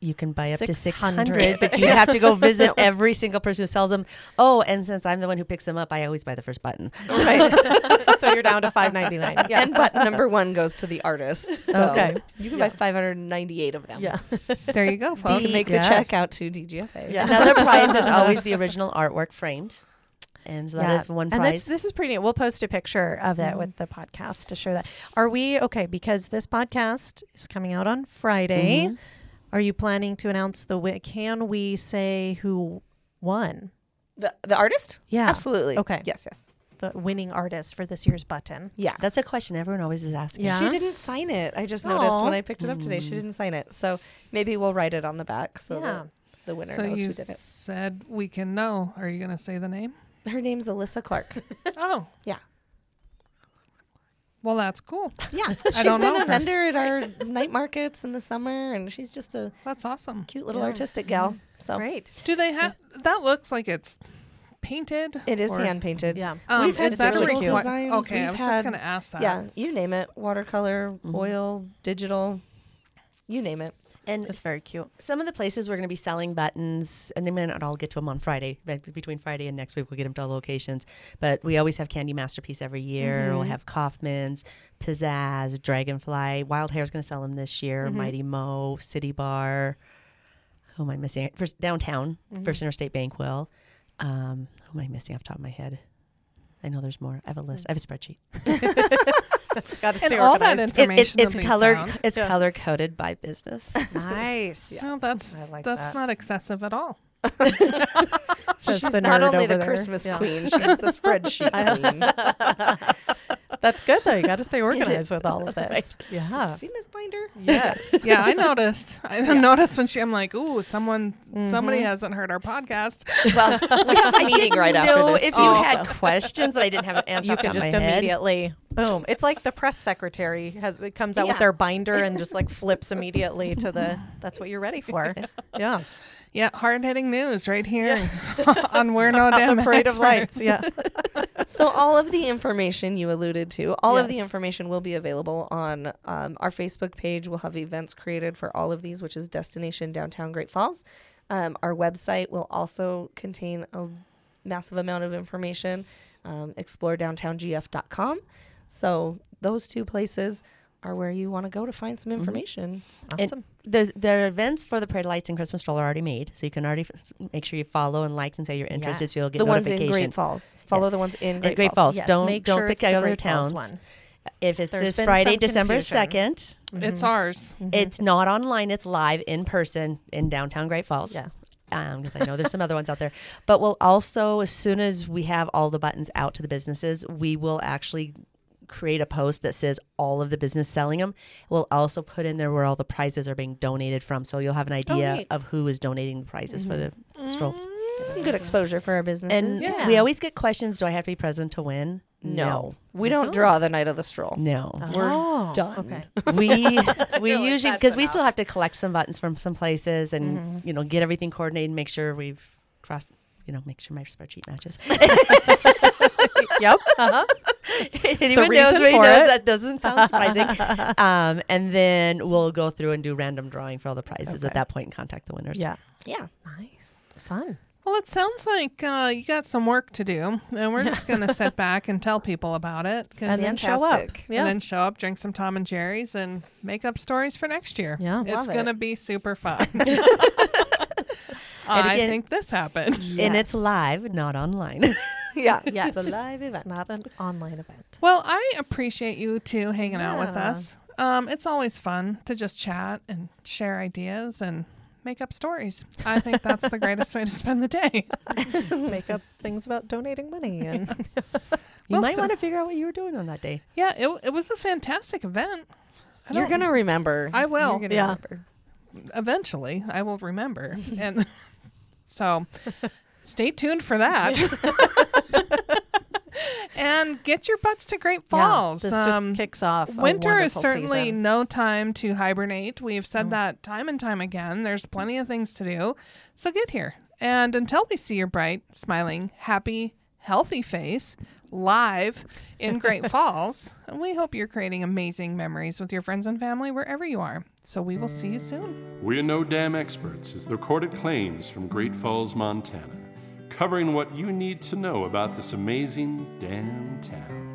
E: You can buy up to
A: 600.
E: 600, but you have to go visit every single person who sells them. Oh, and since I'm the one who picks them up, I always buy the first button.
A: Right. so you're down to five ninety nine. Yeah.
D: And but number one goes to the artist. So
A: Okay.
D: you can buy five hundred ninety-eight of them. Yeah,
C: There you go,
D: you
C: folks.
D: can make
E: Yes.
D: the check out to DGFA.
A: Yeah.
E: Another prize is always the original artwork framed. And so that is one
A: And that's,
E: prize.
A: this is pretty neat. We'll post a picture of that with the podcast to share that. Are we okay? Because this podcast is coming out on Friday. Are you planning to announce the wi- Can we say who won
D: The the artist?
A: Yeah.
D: absolutely.
A: Okay.
D: Yes, yes.
A: the winning artist for this year's button?
D: Yeah.
E: That's a question everyone always is asking.
A: Yeah.
D: She didn't sign it. I just noticed
A: Aw.
D: when I picked it up today. She didn't sign it. So maybe we'll write it on the back so
A: Yeah.
D: that the winner
C: So
D: knows
C: you
D: who did it.
C: said we can know. Are you gonna say the name?
D: Her name's Alyssa Clark.
C: Oh,
D: Yeah.
C: well, that's cool.
D: Yeah.
C: I
D: she's
C: don't
D: been
C: know
D: a
C: her.
D: vendor at our night markets in the summer and she's just a
C: That's awesome.
D: cute little artistic gal. So
A: Great.
C: Do they have that? Looks like it's painted.
D: it is
C: or-
D: hand painted.
A: Yeah.
C: Um,
D: We've had
C: is that a
D: digital
C: requi-
D: designs.
C: Okay,
D: We've
C: I was
D: had-
C: just gonna ask that.
D: Yeah. You name it. Watercolor, oil, digital. You name it.
E: And
A: It's very cute.
E: some of the places we're going to be selling buttons, and they may not all get to them on Friday, but between Friday and next week, we'll get them to all locations. But we always have Candy Masterpiece every year. We'll have Kaufman's, Pizzazz, Dragonfly. Wild Hair's going to sell them this year. Mighty Mo,
A: Mm-hmm.
E: City Bar. Who am I missing? First Downtown, First Interstate Bankwell. Um, who am I missing off the top of my head? I know there's more. I have a list. I have a spreadsheet.
A: Got to
C: And
A: stay
C: all that
A: organized.
E: It,
C: information
E: it, it's
C: will be
E: color.
C: found.
E: It's
A: Yeah.
E: color coded by business.
A: nice.
C: Well, that's
A: I like
C: that's
A: that.
C: not excessive at all.
A: Says
D: She's
A: the
D: not
A: nerd
D: only
A: over
D: the
A: there.
D: Christmas
A: Yeah.
D: queen, she's the spreadsheet queen.
A: That's good though. You got to stay organized with all of this.
E: That's
A: Yeah.
D: Seen this binder?
A: Yes.
C: Yeah, I noticed. I noticed when she. I'm like, ooh, someone, somebody
D: Mm-hmm.
C: hasn't heard our podcast.
D: Well, we have a meeting right after
E: no,
D: this.
E: if you
D: also.
E: had questions that I didn't have an answer,
A: you
E: off the
A: can
E: top of
A: just
E: my head.
A: immediately boom. It's like the press secretary has it comes out with
E: Yeah.
A: their binder and just like flips immediately to the that's what you're ready for. Yeah.
C: Yeah, hard hitting news right here on We're No Damn
A: the parade of lights.
C: Experts.
A: Yeah.
D: So all of the information you alluded to, all of the
A: Yes.
D: information will be available on um, our Facebook page. We'll have events created for all of these, which is Destination Downtown Great Falls. Um, our website will also contain a massive amount of information. Um, ExploreDowntownGF.com. So those two places are where you want to go to find some information.
E: And the the events for the parade lights and Christmas stroll are already made, so you can already f- make sure you follow and like and say you're interested, so you'll get
D: the ones in
E: notification.
D: Great Falls. Follow
E: Yes.
D: the ones in
E: In
D: Uh, Great,
E: Great
D: Falls.
E: Falls. Don't- don't pick
A: the
E: other
A: Great Falls
E: towns. If it's
A: There's
E: this
A: been
E: Friday,
A: some
E: December
A: confusion.
E: 2nd
A: Mm-hmm.
D: Mm-hmm.
C: It's ours.
E: it's not online; it's live in person in downtown Great Falls.
A: Yeah.
E: Because um, I know there's some other ones out there, but we'll also, as soon as we have all the buttons out to the businesses, we will actually create a post that says all of the business selling them. We'll also put in there where all the prizes are being donated from, so you'll have an idea
A: neat.
E: of who is donating the prizes for the strolls.
C: Mm.
D: Some good exposure for our businesses.
E: And we always get questions do I have to be present to win?
D: no, we don't draw the night of the stroll.
E: No.
D: We're
A: Oh,
D: done.
A: Okay.
E: we we usually because we still have to collect some buttons from some places and you know get everything coordinated and make sure we've crossed you know make sure my spreadsheet matches.
A: yep. Uh-huh.
E: Anyone knows
A: reason
E: what he
A: for
E: knows
A: it.
E: that doesn't sound surprising. um, and then we'll go through and do random drawing for all the prizes at that point and contact the winners.
A: Yeah.
D: Yeah.
A: Nice. Fun.
C: Well, it sounds like uh, you got some work to do, and we're just going to sit back and tell people about it. 'cause-
A: And then show up.
D: Fantastic.
A: Yeah.
C: and then show up, drink some Tom and Jerry's, and make up stories for next year.
A: Yeah.
C: it's
D: Love it.
C: gonna be super fun. I
E: again-
C: think this happened.
E: And it's live, not online.
D: Yeah.
A: Yes.
D: It's a live event.
A: it's not an online event.
C: Well, I appreciate you two hanging out with
A: Yeah.
C: us. Um, it's always fun to just chat and share ideas and make up stories. I think that's the greatest way to spend the day.
A: Make up things about donating money and
E: you
C: Well,
E: might
C: so-
E: want to figure out what you were doing on that day.
C: Yeah, it, it was a fantastic event. I
D: You're
C: don't-
D: going to remember.
C: I will.
D: You're gonna
A: Yeah.
D: remember.
C: eventually I will remember. And so stay tuned for that. and get your butts to Great Falls.
A: Yeah, this
C: Um,
A: just kicks off. a
C: winter is
A: wonderful
C: certainly
A: season. Mm.
C: no time to hibernate. We've said that time and time again. There's plenty of things to do. So get here. And until we see your bright, smiling, happy, healthy face live in Great Falls, we hope you're creating amazing memories with your friends and family wherever you are. So we will see you soon.
B: We're No Damn Experts is the recorded claims from Great Falls, Montana, covering what you need to know about this amazing damn town.